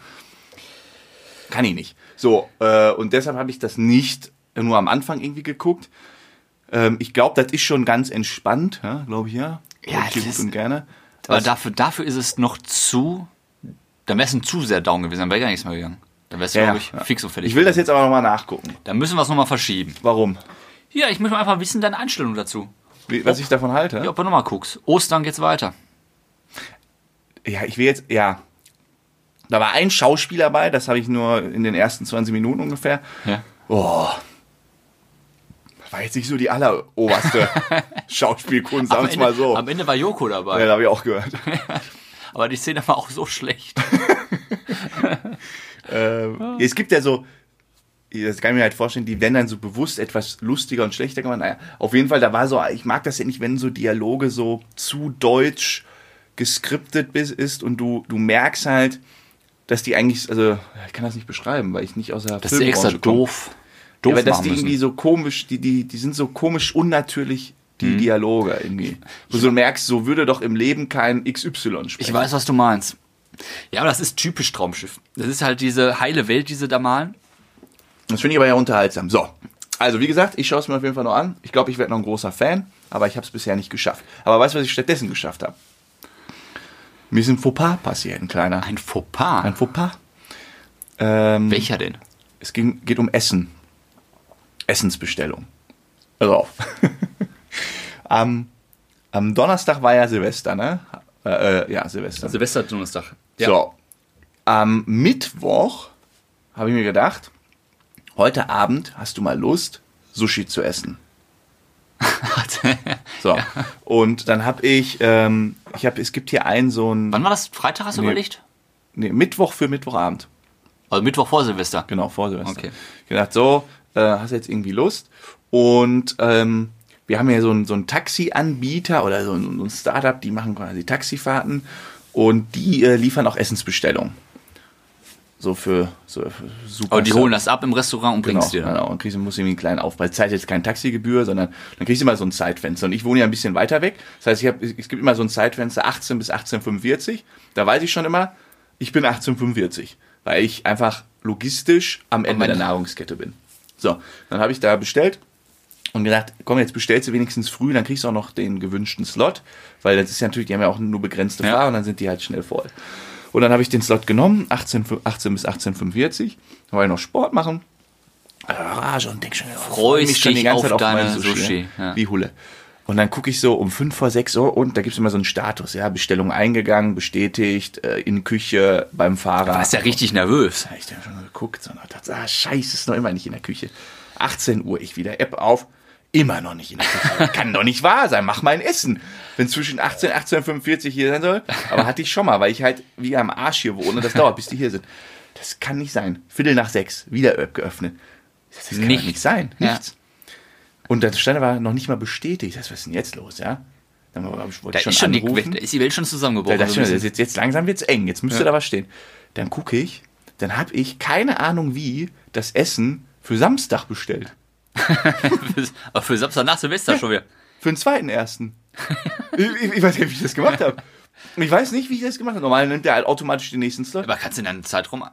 A: Kann ich nicht. So, äh, und deshalb habe ich das nicht nur am Anfang irgendwie geguckt. Ähm, ich glaube, das ist schon ganz entspannt, ja, glaube ich, ja.
B: Ja,
A: Glaub ich hier
B: das-
A: gut und gerne.
B: Aber
A: Was-
B: dafür, dafür ist es noch zu. Dann wäre es ein zu sehr down gewesen, dann wäre gar nichts mehr gegangen. Dann wäre es,
A: ja,
B: glaube ich,
A: ja.
B: fix und fertig.
A: Ich will das jetzt aber nochmal nachgucken.
B: Dann müssen wir es nochmal verschieben.
A: Warum?
B: Ja, ich möchte einfach wissen, deine Einstellung dazu.
A: Wie,
B: Oh.
A: was ich davon halte?
B: Ja, ob du nochmal guckst. Ostern geht's weiter.
A: Ja, ich will jetzt, ja. Da war ein Schauspieler bei, das habe ich nur in den ersten 20 Minuten ungefähr.
B: Ja.
A: Oh. War jetzt nicht so die
B: [LAUGHS]
A: alleroberste Schauspielkunst, sagen
B: Am,
A: wir es mal
B: Ende,
A: so.
B: am Ende war Joko dabei.
A: Ja, da habe ich auch
B: [LAUGHS]
A: gehört.
B: Aber die Szene war auch so schlecht.
A: Ähm, Es gibt ja so, das kann ich mir halt vorstellen, die werden dann so bewusst etwas lustiger und schlechter gemacht. Naja, auf jeden Fall, da war so, ich mag das ja nicht, wenn so Dialoge so zu deutsch geskriptet bis- ist und du, du merkst halt, dass die eigentlich, also ich kann das nicht beschreiben, weil ich nicht aus der
B: Das ist extra
A: komme.
B: doof.
A: Ja,
B: Doof
A: aber dass
B: machen
A: die irgendwie
B: müssen.
A: so komisch, die, die, die sind so komisch unnatürlich, die
B: Hm.
A: Dialoge irgendwie. Wo du merkst, so würde doch im Leben kein XY sprechen.
B: Ich weiß, was du meinst. Ja, aber das ist typisch Traumschiff. Das ist halt diese heile Welt, die sie da malen.
A: Das finde ich aber ja unterhaltsam. So. Also, wie gesagt, ich schaue es mir auf jeden Fall noch an. Ich glaube, ich werde noch ein großer Fan, aber ich habe es bisher nicht geschafft. Aber weißt du, was ich stattdessen geschafft habe? Mir ist ein Fauxpas passiert, ein kleiner.
B: Ein Fauxpas.
A: Ein Fauxpas. Ähm,
B: Welcher denn?
A: es ging, geht um Essen. Essensbestellung. Also auf. [LAUGHS] am, am Donnerstag war ja Silvester, ne? Äh, äh, ja, Silvester.
B: Silvesterdonnerstag.
A: So, am Mittwoch habe ich mir gedacht, heute Abend hast du mal Lust, Sushi zu essen. So, und dann habe ich, ähm, ich habe, es gibt hier einen so einen
B: [LAUGHS] Wann war das? Freitag hast du
A: Nee.
B: überlegt?
A: nee, Mittwoch für Mittwochabend.
B: Also Mittwoch vor Silvester.
A: Genau, vor Silvester.
B: Okay.
A: Ich gedacht, so, äh, hast jetzt irgendwie Lust. Und ähm, wir haben ja so einen, so einen Taxi-Anbieter oder so ein, so ein Startup, die machen quasi Taxifahrten und die äh, liefern auch Essensbestellungen. So für, so für super.
B: Aber Oh, die holen das ab im Restaurant und bringen
A: genau,
B: es dir.
A: Genau, und kriegst, musst irgendwie einen kleinen Aufbau. Zahlt halt jetzt keine Taxigebühr, sondern dann kriegst du immer so ein Zeitfenster. Und ich wohne ja ein bisschen weiter weg. Das heißt, ich hab, es gibt immer so ein Zeitfenster 18 bis 18.45. Da weiß ich schon immer, ich bin 18.45. Weil ich einfach logistisch am Ende
B: Moment.
A: der Nahrungskette bin. So, dann habe ich da bestellt und gedacht, komm, jetzt bestellst du wenigstens früh, dann kriegst du auch noch den gewünschten Slot, weil das ist ja natürlich, die haben ja auch nur begrenzte
B: Ja.
A: Fahrer und dann sind die halt schnell voll. Und dann habe ich den Slot genommen, 18, fü- 18 bis 18.45, dann war ich noch Sport machen,
B: Ah,
A: Rage und denk schon, oh, freu
B: dich auf
A: mein
B: deine Sushi,
A: ne?
B: ja.
A: Wie Hulle. Und dann gucke ich so um 5 vor 6 Uhr und da gibt's immer so einen Status, ja, Bestellung eingegangen, bestätigt, äh, in Küche, beim Fahrer.
B: Da ist ja richtig nervös.
A: Hab ich dann schon geguckt, sondern dachte, ah, scheiße, ist noch immer nicht in der Küche. 18 Uhr, ich wieder App auf, immer noch nicht in der Küche. [LAUGHS] Kann doch nicht wahr sein, mach mal ein Essen. Wenn zwischen 18 und 18.45 hier sein soll, aber hatte ich schon mal, weil ich halt wie am Arsch hier wohne, das dauert, bis die hier sind. Das kann nicht sein. Viertel nach sechs, wieder App geöffnet. Das kann doch
B: Nichts.
A: nicht sein,
B: Ja.
A: nichts. Und das stand aber noch nicht mal bestätigt. Das, was ist denn jetzt los, ja? Dann wollte ich
B: Da
A: schon
B: ist, schon die,
A: anrufen.
B: da ist die Welt schon
A: Da
B: zusammengebrochen. Also
A: dachte ich
B: so ein
A: mir,
B: bisschen.
A: jetzt, jetzt langsam wird's eng, jetzt müsste da was stehen. Dann gucke ich, dann habe ich keine Ahnung wie das Essen für Samstag bestellt.
B: [LAUGHS] Aber für Samstag nach Silvester schon wieder.
A: Für den zweiten
B: [LAUGHS]
A: ersten. ich, ich, ich weiß nicht, wie ich das gemacht habe. Ich weiß nicht, wie ich das gemacht habe. Normal nimmt der halt automatisch den nächsten Slot.
B: Aber kannst du in einem Zeitraum.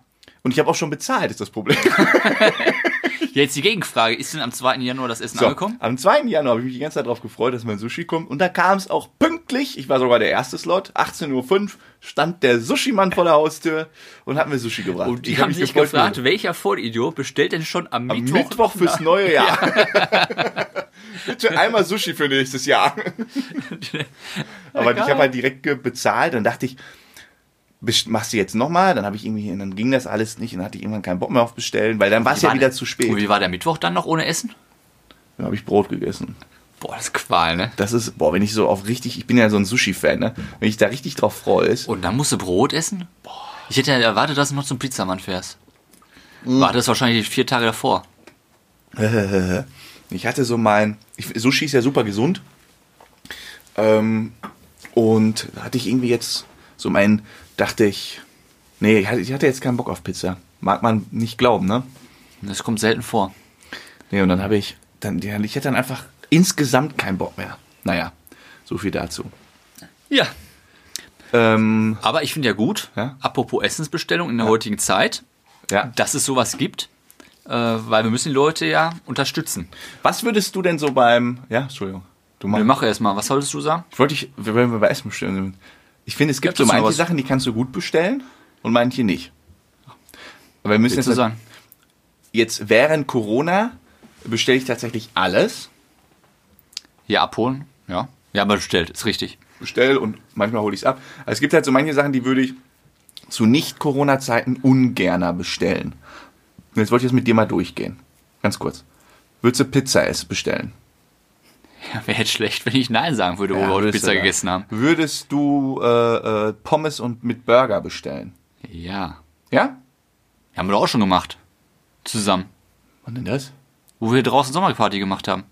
A: Und ich habe auch schon bezahlt, ist das
B: [LAUGHS]
A: Problem.
B: Jetzt die Gegenfrage: Ist denn am 2. Januar das Essen
A: So,
B: angekommen?
A: am 2. Januar habe ich mich die ganze Zeit darauf gefreut, dass mein Sushi kommt. Und da kam es auch pünktlich. Ich war sogar der erste Slot. 18.05 Uhr stand der Sushi-Mann vor der Haustür und hat mir Sushi gebracht.
B: Und die
A: Ich hab
B: haben
A: mich
B: sich
A: gefreut,
B: gefragt, welcher Vollidiot bestellt denn schon am,
A: Am
B: Mittwoch?
A: Mittwoch fürs neue Jahr. [LAUGHS] Bitte einmal Sushi für nächstes Jahr. Aber ich habe halt direkt ge- bezahlt und dachte ich, best- machst du jetzt nochmal? Dann habe ich irgendwie, dann ging das alles nicht und dann hatte ich irgendwann keinen Bock mehr auf bestellen, weil dann war es ja
B: War- ne-
A: wieder zu spät.
B: Und wie war der Mittwoch dann noch ohne Essen?
A: Dann habe ich Brot gegessen.
B: Boah, das ist Qual, ne?
A: Das ist, boah, wenn ich so auf richtig, ich bin ja so ein Sushi-Fan, ne? Wenn ich da richtig drauf freue, ist,
B: Und dann musst du Brot essen? Boah. Ich hätte ja erwartet, dass du noch zum Pizzamann fährst.
A: Mhm.
B: War das wahrscheinlich vier Tage davor.
A: [LAUGHS] ich hatte so mein, ich, Sushi ist ja super gesund. Ähm, und da hatte ich irgendwie jetzt so meinen, dachte ich, nee, ich hatte, ich hatte jetzt keinen Bock auf Pizza. Mag man nicht glauben, ne?
B: Das kommt selten vor.
A: Nee, und dann habe ich, dann, ja, ich hatte dann einfach insgesamt keinen Bock mehr. Naja, so viel dazu.
B: Ja.
A: Ähm,
B: Aber ich finde ja gut,
A: Ja?
B: apropos Essensbestellung in der heutigen Zeit,
A: ja.
B: dass es sowas gibt, äh, weil wir müssen die Leute ja unterstützen.
A: Was würdest du denn so beim, ja, Entschuldigung, du machst.
B: Wir machen erstmal, was solltest du sagen?
A: Ich wollte ich, wenn wir bei Essen bestellen sind. Ich finde, es gibt so
B: Ja, das ist mal
A: manche
B: was.
A: Sachen, die kannst du gut bestellen und manche nicht. Aber wir müssen
B: Willst du
A: jetzt,
B: sagen?
A: jetzt während Corona bestelle ich tatsächlich alles.
B: Hier abholen? Ja. Ja, aber bestellt, ist richtig.
A: Bestell und manchmal hole ich es ab. Aber es gibt halt so manche Sachen, die würde ich zu Nicht-Corona-Zeiten ungerner bestellen? Und jetzt wollte ich das mit dir mal durchgehen. Ganz kurz. Würdest du Pizza es bestellen?
B: Ja, Wäre jetzt schlecht, wenn ich Nein sagen würde, wo wir heute
A: würdest
B: Oh, Pizza
A: du-
B: gegessen haben.
A: Würdest du äh, äh, Pommes und mit Burger bestellen?
B: Ja.
A: Ja?
B: Haben wir doch auch schon gemacht. Zusammen.
A: Wann denn das?
B: Wo wir draußen Sommerparty gemacht haben.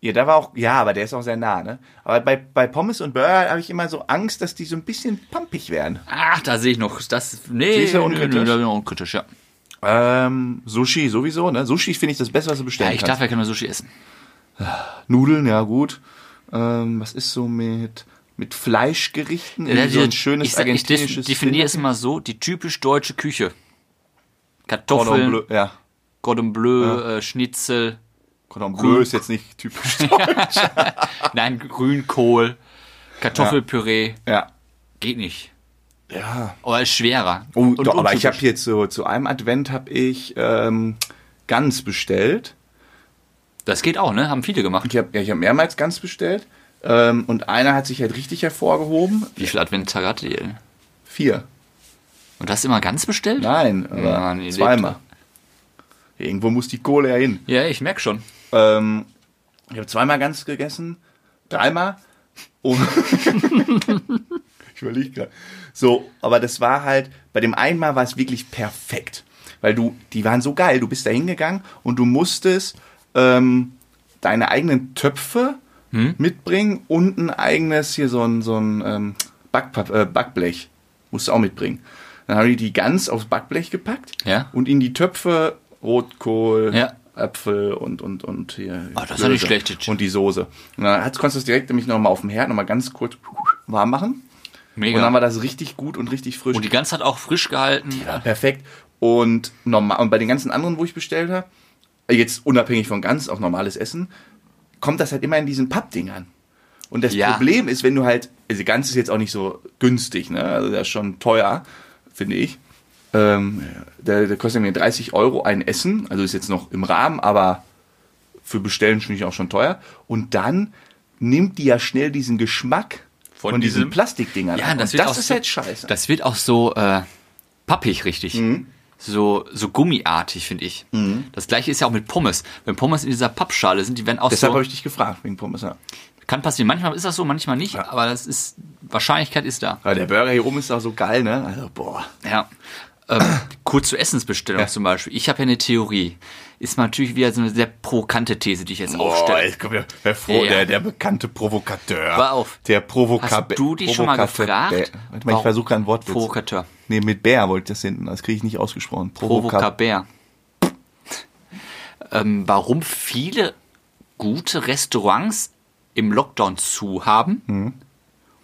A: Ja, da war auch, ja, aber der ist auch sehr nah, ne? Aber bei, bei Pommes und Burger habe ich immer so Angst, dass die so ein bisschen pumpig werden.
B: Ach, da sehe ich noch. Das. Nee,
A: Siehst du,
B: nö, nö,
A: unkritisch.
B: da bin ich unkritisch, ja.
A: Ähm, Sushi sowieso, ne? Sushi finde ich das Beste, was du
B: ja
A: bestellen
B: Ah, ich darf
A: kannst.
B: ja keine Sushi essen.
A: Nudeln, ja gut. Ähm, was ist so mit, mit Fleischgerichten? Irgendwie so ein schönes
B: ich, sag- ich
A: argentinisches...
B: dis- definiere es immer so, die typisch deutsche Küche.
A: Cordon Bleu,
B: Kartoffeln,
A: ja.
B: Cordon Bleu, äh, Schnitzel,
A: Cordon Bleu ist jetzt nicht
B: [LAUGHS]
A: typisch deutsch.
B: nein, Grünkohl, Kartoffelpüree.
A: ja.
B: Geht nicht.
A: Ja.
B: Aber ist schwerer.
A: Oh, doch, aber ich habe
B: untypisch.
A: hier zu, zu einem Advent habe ich ähm, Gans bestellt.
B: Das geht auch, ne? Haben viele gemacht.
A: Ich habe ja, ich hab mehrmals Gans bestellt. Ähm, und einer hat sich halt richtig hervorgehoben.
B: Wie viel Adventstag hattet ihr denn?
A: Vier.
B: Und hast du immer ganz bestellt?
A: Nein, aber
B: Mann, ihr
A: zweimal. Irgendwo muss die Kohle ja hin.
B: Ja, ich merk schon.
A: Ähm, ich habe zweimal Gans gegessen, dreimal. Um- Und [LAUGHS] ich überlege gerade. So, aber das war halt, bei dem einmal war es wirklich perfekt. Weil du, die waren so geil, du bist da hingegangen und du musstest ähm, deine eigenen Töpfe Hm? mitbringen und ein eigenes hier so ein, so ein ähm, Backpap äh, Backblech. Musst du auch mitbringen. Dann haben die die Gans aufs Backblech gepackt
B: Ja.
A: und in die Töpfe Rotkohl,
B: Ja.
A: Äpfel und, und, und hier.
B: Ah, das ist ja nicht
A: Klöße
B: schlecht.
A: Und die Soße. Und dann hat's- konntest du es direkt nämlich nochmal auf dem Herd nochmal ganz kurz warm machen. Und
B: Mega.
A: dann
B: Und,
A: war das richtig gut und richtig frisch.
B: die Gans hat auch frisch gehalten.
A: Ja, perfekt. Und, normal, und bei den ganzen anderen, wo ich bestellt habe, jetzt unabhängig von ganz, auch normales Essen, kommt das halt immer in diesen Pappdingern. Und das
B: Ja.
A: Problem ist, wenn du halt, also Gans ist jetzt auch nicht so günstig, ne? Also das ist schon teuer, finde ich. Ähm, da, da kostet mir 30 Euro ein Essen, also ist jetzt noch im Rahmen, aber für Bestellen finde ich auch schon teuer. Und dann nimmt die ja schnell diesen Geschmack
B: Von
A: von, diesen
B: diesem-
A: Plastikdingern.
B: Ja,
A: ab.
B: das
A: und
B: wird
A: das
B: auch
A: ist
B: so-
A: halt scheiße. Mhm.
B: Das wird auch so äh, pappig, richtig. So, so gummiartig, finde ich. Das gleiche ist ja auch mit Pommes. Wenn Pommes in dieser Pappschale sind, die werden auch
A: Deshalb
B: so.
A: habe ich dich gefragt, wegen Pommes. Ja.
B: Kann passieren. Manchmal ist das so, manchmal nicht, aber das ist. Wahrscheinlichkeit ist da.
A: Aber der Burger hier oben ist auch so geil, ne? Also, boah.
B: Ja. Ähm, kurz zur Essensbestellung zum Beispiel. Ich habe ja eine Theorie. Ist natürlich wieder so eine sehr provokante These, die ich jetzt
A: Boah,
B: aufstelle.
A: jetzt kommt der, der, Fro
B: Ja.
A: der, der bekannte Provokateur.
B: Hör auf.
A: Der Provokateur.
B: Hast du dich schon mal gefragt?
A: Warte mal, ich
B: Warum-
A: versuche gerade ein Wortwitz.
B: Provokateur.
A: Nee, mit Bär wollte ich das hinten. Das kriege ich nicht ausgesprochen. Provoka-
B: Provokabär. ähm, warum viele gute Restaurants im Lockdown zu haben,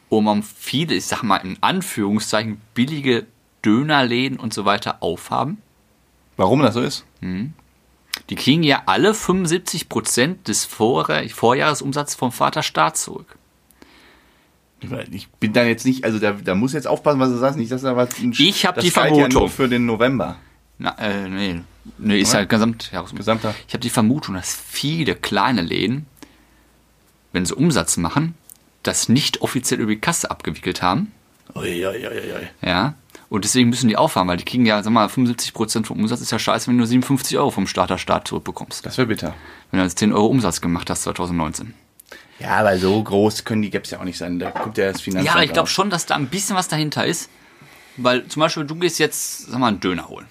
B: um am viele, ich sag mal in Anführungszeichen, billige Dönerläden und so weiter aufhaben.
A: Warum das so ist?
B: Die kriegen ja alle 75% des Vorjahres- Vorjahresumsatzes vom Vaterstaat zurück.
A: Ich bin dann jetzt nicht, also da, da muss jetzt aufpassen, was du sagst. Nicht, dass da was. ein-
B: Ich hab
A: das
B: die
A: galt Ja
B: Vermutung.
A: nur für den November.
B: Na, äh, nee. Nee, ist
A: Oder?
B: halt Gesamtjahresumsatz.
A: Gesamter.
B: Ich habe die Vermutung, dass viele kleine Läden, wenn sie Umsatz machen, das nicht offiziell über die Kasse abgewickelt haben.
A: Uiuiuiui.
B: Ja. Und deswegen müssen die aufhaben, weil die kriegen ja, sag mal, 75% vom Umsatz ist ja scheiße, wenn du nur 57 Euro vom Starterstaat zurückbekommst.
A: Das wäre bitter.
B: Wenn du also 10 Euro Umsatz gemacht hast 2019.
A: Ja, aber so groß können die Gaps ja auch nicht sein. Da kommt ja das Finanzamt.
B: Ja, aber ich glaube
A: raus.
B: schon, dass da ein bisschen was dahinter ist. Weil zum Beispiel, du gehst jetzt, sag mal, einen Döner holen.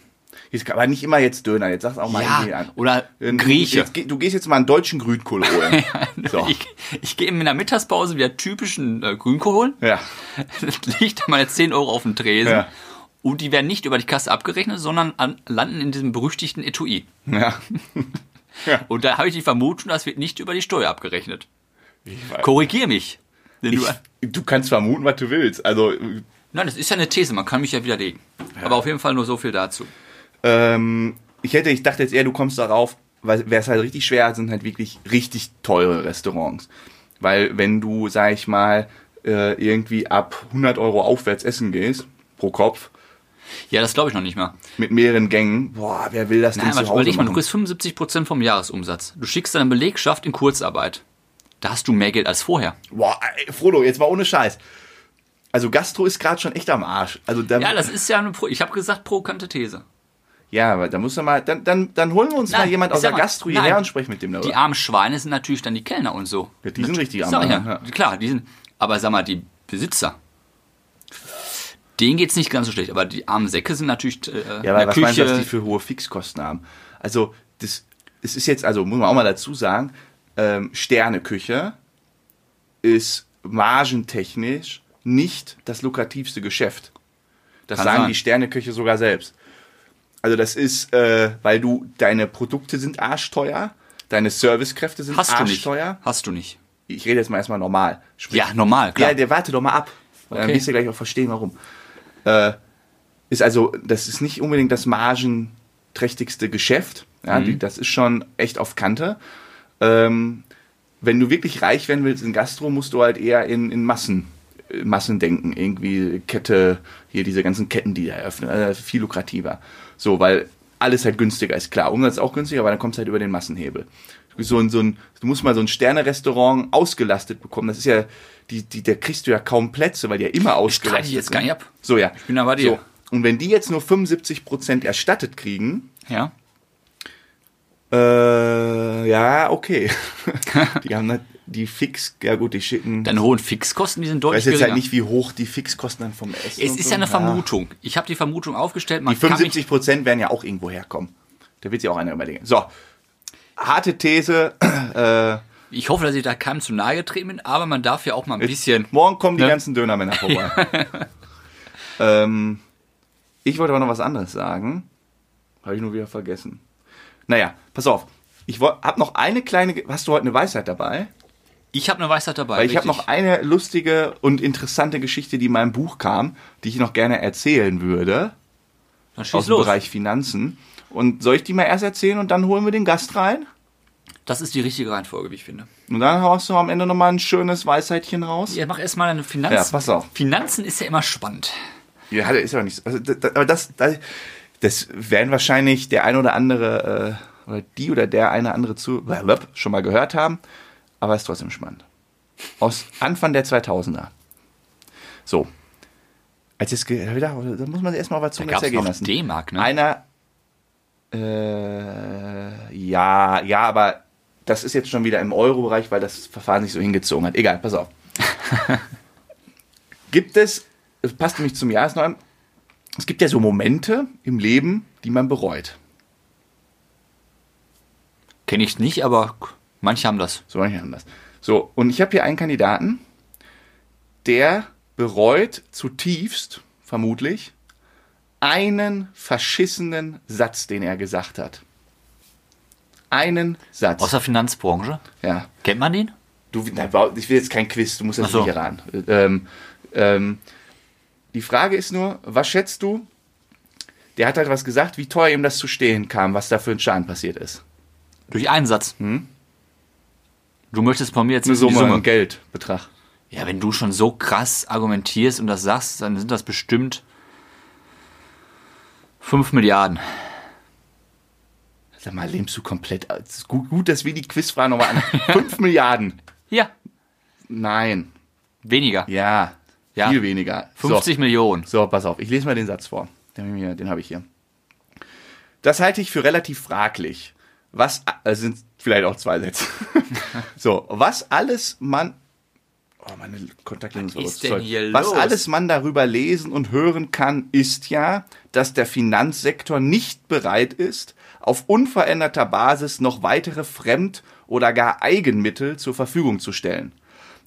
A: Jetzt, aber nicht immer jetzt Döner, jetzt sag's auch mal
B: Ja,
A: irgendwie an.
B: oder
A: Ähm,
B: Grieche. ne,
A: Jetzt, geh- du gehst jetzt mal einen deutschen
B: [LAUGHS]
A: Grünkohl holen. so.
B: Ich, ich gehe in meiner Mittagspause wieder typischen äh, Grünkohl holen. [LAUGHS]
A: Ja.
B: liegt da meine 10 Euro auf dem Tresen.
A: Ja.
B: Und die werden nicht über die Kasse abgerechnet, sondern an, landen in diesem berüchtigten Etui.
A: ja.
B: Und da habe ich die Vermutung, das wird nicht über die Steuer abgerechnet.
A: Ich weiß.
B: Korrigier mich. Denn du,
A: Ich, du kannst vermuten, was du willst. Also,
B: nein, das ist ja eine These, man kann mich ja widerlegen. Aber auf jeden Fall nur so viel dazu.
A: ähm, ich hätte, ich dachte jetzt eher, du kommst darauf, weil wäre es halt richtig schwer, sind halt wirklich richtig teure Restaurants. Weil wenn du, sag ich mal, äh, irgendwie ab 100 Euro aufwärts essen gehst, pro Kopf,
B: Ja, das glaube ich noch nicht mal.
A: mit mehreren Gängen, boah, wer will das denn
B: Nein,
A: zu
B: aber
A: Hause
B: überleg mal, du
A: machen?
B: kriegst 75% vom Jahresumsatz. Du schickst deine Belegschaft in Kurzarbeit. Da hast du mehr Geld als vorher.
A: Boah, ey, Frodo, jetzt mal ohne Scheiß. also Gastro ist gerade schon echt am Arsch. Also da,
B: Ja, das ist ja eine Pro. Ich habe gesagt, provokante These.
A: ja, aber da muss man mal, dann, dann, dann holen wir uns mal
B: Nein,
A: jemand
B: ich
A: aus
B: sag
A: der
B: mal,
A: Gastro hierher
B: nein.
A: und sprechen mit dem darüber.
B: Die armen Schweine sind natürlich dann die Kellner und so.
A: Ja, die sind richtig am
B: Sag
A: Arsch.
B: ich
A: Ja.
B: ja. Klar, die sind. Aber sag mal, die Besitzer. Denen geht's nicht ganz so schlecht, aber die armen Säcke sind natürlich äh,
A: Ja,
B: in
A: aber
B: der
A: was meinst du, was die
B: Küche.
A: für hohe Fixkosten haben? Also, das, es ist jetzt, also muss man auch mal dazu sagen, ähm, Sterneküche ist margentechnisch nicht das lukrativste Geschäft. Das
B: Kann
A: sagen
B: sein.
A: die Sterneküche sogar selbst. Also das ist, äh, weil du, deine Produkte sind arschteuer, deine Servicekräfte sind
B: Hast du nicht.
A: arschteuer.
B: Hast du nicht.
A: Ich rede jetzt mal erstmal normal. Sprich,
B: Ja, normal, klar.
A: ja, der warte doch mal ab. Dann
B: Okay.
A: wirst du gleich auch verstehen, warum. Äh, ist also, das ist nicht unbedingt das margenträchtigste Geschäft. Ja,
B: Mhm.
A: die, das ist schon echt auf Kante. Ähm, wenn du wirklich reich werden willst in Gastro, musst du halt eher in, in Massen, äh, Massen denken. Irgendwie Kette, hier diese ganzen Ketten, die da eröffnen. Also viel lukrativer. So, weil alles halt günstiger ist. Klar, Umsatz auch günstiger, aber dann kommst du halt über den Massenhebel. So ein, so ein, du musst mal so ein Sterne-Restaurant ausgelastet bekommen. Das ist ja, die, die, da kriegst du ja kaum Plätze, weil die ja immer
B: streite
A: ausgelastet
B: jetzt
A: sind.
B: gar nicht ab.
A: So, ja.
B: bin da bei dir.
A: So. Und wenn die jetzt nur 75% erstattet kriegen,
B: Ja.
A: äh, ja,
B: [LAUGHS]
A: okay. die haben halt die Fix, ja gut, die schicken.
B: Deine hohen Fixkosten, die sind
A: Ich weiß
B: deutlich
A: jetzt
B: geringer.
A: halt nicht, wie hoch die Fixkosten dann vom Essen
B: es
A: und
B: ist
A: so.
B: ja eine Vermutung. Ich habe die Vermutung aufgestellt. Man
A: Die
B: kann mich-
A: 75 Prozent werden ja auch irgendwo herkommen. Da wird sich auch einer überlegen. So, harte These. [CLEARS THROAT] Äh,
B: Ich hoffe, dass ich da keinem zu nahe getreten bin, aber man darf ja auch mal ein bisschen.
A: morgen kommen die
B: Ne?
A: ganzen Dönermänner vorbei.
B: [LAUGHS]
A: ähm, ich wollte aber noch was anderes sagen. Habe ich nur wieder vergessen. Naja, pass auf. Ich habe noch eine kleine. Ge- Hast du heute eine Weisheit dabei?
B: Ich habe eine Weisheit dabei.
A: Weil ich habe
B: richtig.
A: noch eine lustige und interessante Geschichte, die in meinem Buch kam, die ich noch gerne erzählen würde.
B: Dann schieß
A: Aus dem
B: los.
A: Bereich Finanzen. Und soll ich die mal erst erzählen und dann holen wir den Gast rein?
B: Das ist die richtige Reihenfolge, wie ich finde.
A: Und dann haust du am Ende nochmal ein schönes Weisheitchen raus.
B: Ja, mach erstmal deine Finanzen.
A: Ja, pass auf.
B: Finanzen ist ja immer spannend.
A: Ja, das ist ja nicht. so- Also, da- da- aber das, das, das werden wahrscheinlich der ein oder andere, äh, oder die oder der eine andere zu, blablab, schon mal gehört haben. Aber ist trotzdem spannend. Aus Anfang der 2000er. So. Als es, ge- da da muss man erstmal auf der Zunge
B: gab's
A: zergehen
B: noch
A: lassen.
B: D-Mark, ne?
A: Einer, äh, ja, ja, aber das ist jetzt schon wieder im Euro-Bereich, weil das Verfahren sich so hingezogen hat. Egal, pass auf. gibt es, es passt nämlich zum Jahresneuen, es gibt ja so Momente im Leben, die man bereut.
B: Kenne ich nicht, aber manche haben das.
A: So manche haben das. So, und ich habe hier einen Kandidaten, der bereut zutiefst, vermutlich, einen verschissenen Satz, den er gesagt hat. Einen Satz.
B: Aus der Finanzbranche.
A: ja.
B: Kennt man den?
A: Du, nein, bau- ich will jetzt kein Quiz, du musst das
B: Ach so.
A: nicht erraten. Ähm, ähm, die Frage ist nur, was schätzt du? Der hat halt was gesagt, wie teuer ihm das zu stehen kam, was da für ein Schaden passiert ist.
B: Durch einen Satz. Du möchtest von mir jetzt
A: Hm? Eine Summe,
B: die
A: Ein Geldbetrag.
B: Ja, wenn du schon so krass argumentierst und das sagst, dann sind das bestimmt 5 Milliarden.
A: Sag mal, lebst du komplett. äh, Es ist gut, gut, dass wir die Quizfrage nochmal an. 5 Milliarden.
B: Ja.
A: Nein.
B: Weniger.
A: Ja.
B: Ja.
A: Viel weniger. So.
B: 50 Millionen.
A: So, pass auf, ich lese mal den Satz vor. Den habe ich hier. Den hab ich hier. Das halte ich für relativ fraglich. Was, also sind vielleicht auch zwei Sätze. so, was alles man, oh, meine Kontaktlinsen
B: Was
A: verrutscht.
B: ist denn
A: Sorry.
B: hier
A: Was
B: los?
A: alles man darüber lesen und hören kann, ist ja, dass der Finanzsektor nicht bereit ist, auf unveränderter Basis noch weitere Fremd- oder gar Eigenmittel zur Verfügung zu stellen.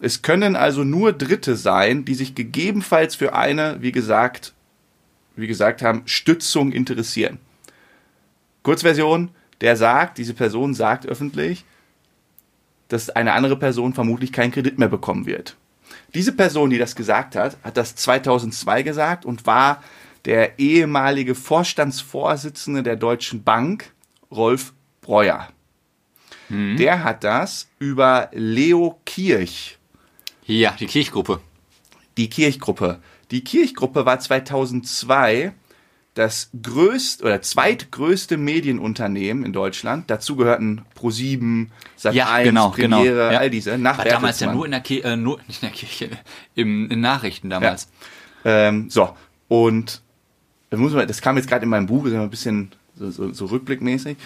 A: Es können also nur Dritte sein, die sich gegebenenfalls für eine, wie gesagt, wie gesagt haben, Stützung interessieren. Kurzversion, der sagt, diese Person sagt öffentlich, dass eine andere Person vermutlich keinen Kredit mehr bekommen wird. Diese Person, die das gesagt hat, hat das 2002 gesagt und war der ehemalige Vorstandsvorsitzende der Deutschen Bank, Rolf Breuer.
B: Hm.
A: Der hat das über Leo Kirch
B: Ja, die Kirchgruppe.
A: die Kirchgruppe. Die Kirchgruppe war 2002 das größte oder zweitgrößte Medienunternehmen in Deutschland. Dazu gehörten Pro7, Sat1,
B: Ja, genau, genau.
A: Premiere,
B: Ja.
A: all diese. Nach
B: War damals ja
A: Bertelsmann.
B: nur in der Kirche, äh, nur, [LAUGHS] nicht in der Kirche, im, in Nachrichten damals.
A: Ähm, so, und da muss man, das kam jetzt gerade in meinem Buch, ist ja ein bisschen so, so, so rückblickmäßig.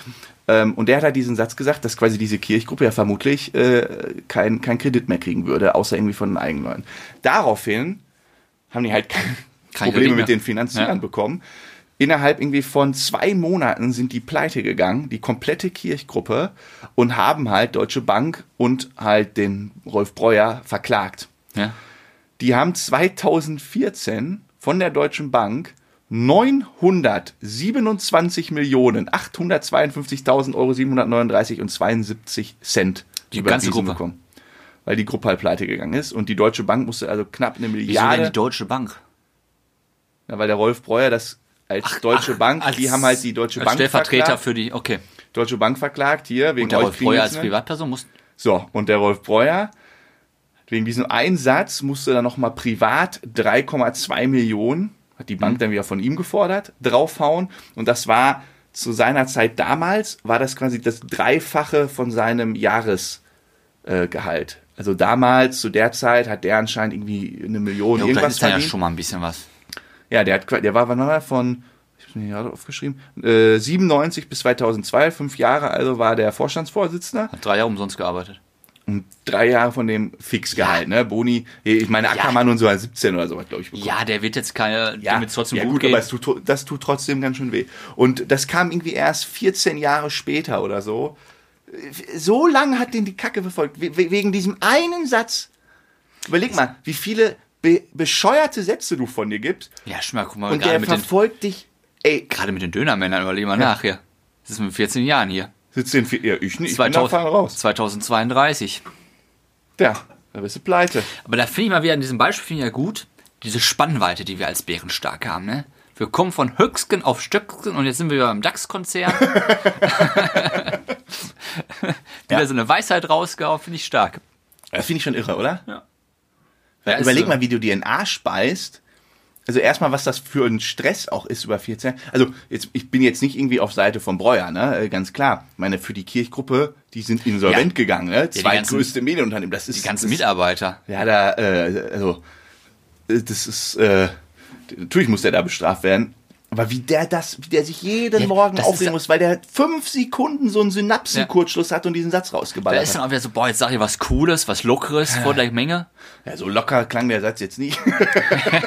A: Ähm, und der hat halt diesen Satz gesagt, dass quasi diese Kirchgruppe ja vermutlich äh, keinen kein Kredit mehr kriegen würde, außer irgendwie von den eigenen Leuten. Daraufhin haben die halt keine
B: [LAUGHS] Kein
A: Probleme
B: Kredit
A: mit
B: mehr.
A: den Finanzierern
B: Ja.
A: bekommen. Innerhalb irgendwie von zwei Monaten sind die pleite gegangen, die komplette Kirchgruppe, und haben halt Deutsche Bank und halt den Rolf Breuer verklagt.
B: Ja.
A: Die haben 2014 von der Deutschen Bank 927 Millionen 852.000 Euro 739 und 72 Cent
B: Die ganze
A: überwiesen
B: Gruppe.
A: bekommen. Weil die Gruppe halt pleite gegangen ist und die Deutsche Bank musste also knapp eine
B: Wieso denn
A: Milliarde,
B: die Deutsche Bank?
A: na, weil der Rolf Breuer das als Deutsche Bank,
B: als-
A: die haben halt die Deutsche
B: als
A: Bank
B: Stellvertreter
A: verklagt,
B: für die, okay.
A: Deutsche Bank verklagt hier wegen ne?
B: Und der
A: euch
B: Rolf ne? Breuer als
A: Kriminellen.
B: Privatperson muss.
A: So, und der Rolf Breuer, wegen diesem einen Satz musste dann nochmal privat 3,2 Millionen, hat die
B: Mhm.
A: Bank dann wieder von ihm gefordert, draufhauen. Und das war zu seiner Zeit damals, war das quasi das Dreifache von seinem Jahresgehalt. Äh, Gehalt. also damals, zu der Zeit, hat der anscheinend irgendwie eine Million
B: Ja, und das
A: irgendwas
B: ist da ja
A: verdient.
B: schon mal ein bisschen was.
A: Ja, der, hat, qua- der war, wann war er von, ich habe mir gerade aufgeschrieben, äh, 97 bis 2002, fünf Jahre also war der Vorstandsvorsitzender
B: Hat drei Jahre umsonst gearbeitet.
A: und drei Jahre von dem Fixgehalt, ne? Boni, ich meine, Ackermann und so hat 17 oder sowas, glaube ich, bekommen.
B: Ja, der wird jetzt keine, damit es trotzdem
A: ja,
B: gut,
A: gut,
B: geht.
A: aber es tut, tro- das tut trotzdem ganz schön weh. Und das kam irgendwie erst 14 Jahre später oder so. So lange hat den die Kacke verfolgt, we we- wegen diesem einen Satz. Überleg mal, wie viele be bescheuerte Sätze du von dir gibst
B: ja, schon mal, guck mal,
A: und
B: gerade
A: der
B: mit, den,
A: verfolgt dich. Ey,
B: gerade mit den Dönermännern, überleg mal nach hier. Das ist mit 14 Jahren hier.
A: sitzt den, vier- ja, ich nicht, ich bin da
B: 2000
A: fahren raus.
B: 2032.
A: Ja, da bist du pleite.
B: Aber da finde ich mal wieder in diesem Beispiel finde ich ja gut, diese Spannweite, die wir als Bärenstark haben, ne? Wir kommen von Höchsken auf Stöcksken und jetzt sind wir wieder beim
A: [LAUGHS]
B: DAX-Konzern. [LAUGHS] wieder so eine Weisheit rausgehauen, finde ich stark.
A: Das finde ich schon irre, oder?
B: Ja.
A: Weil
B: Ja, ist
A: überleg
B: so.
A: mal, wie du dir in den Arsch speist. Also erstmal, was das für ein Stress auch ist über 14. Also jetzt, ich bin jetzt nicht irgendwie auf Seite von Breuer, ne? Äh, Ganz klar. Ich meine, für die Kirchgruppe, die sind insolvent
B: Ja.
A: gegangen, ne?
B: die
A: Zweitgrößte Medienunternehmen. Das ist
B: Die ganzen
A: das,
B: Mitarbeiter.
A: Ja, da, äh, also äh, das ist äh, natürlich muss der da bestraft werden. Aber wie der das, wie der sich jeden
B: Ja,
A: Morgen
B: das
A: aufregen
B: ist-
A: muss, weil der fünf Sekunden so einen Synapsenkurzschluss hat und diesen Satz
B: Da
A: rausgeballert
B: ist
A: hat.
B: dann auch wieder so, boah, jetzt sag ich was Cooles, was Lockeres vor
A: [LAUGHS]
B: der Menge.
A: Ja, so locker klang der Satz jetzt nicht.
B: Nein,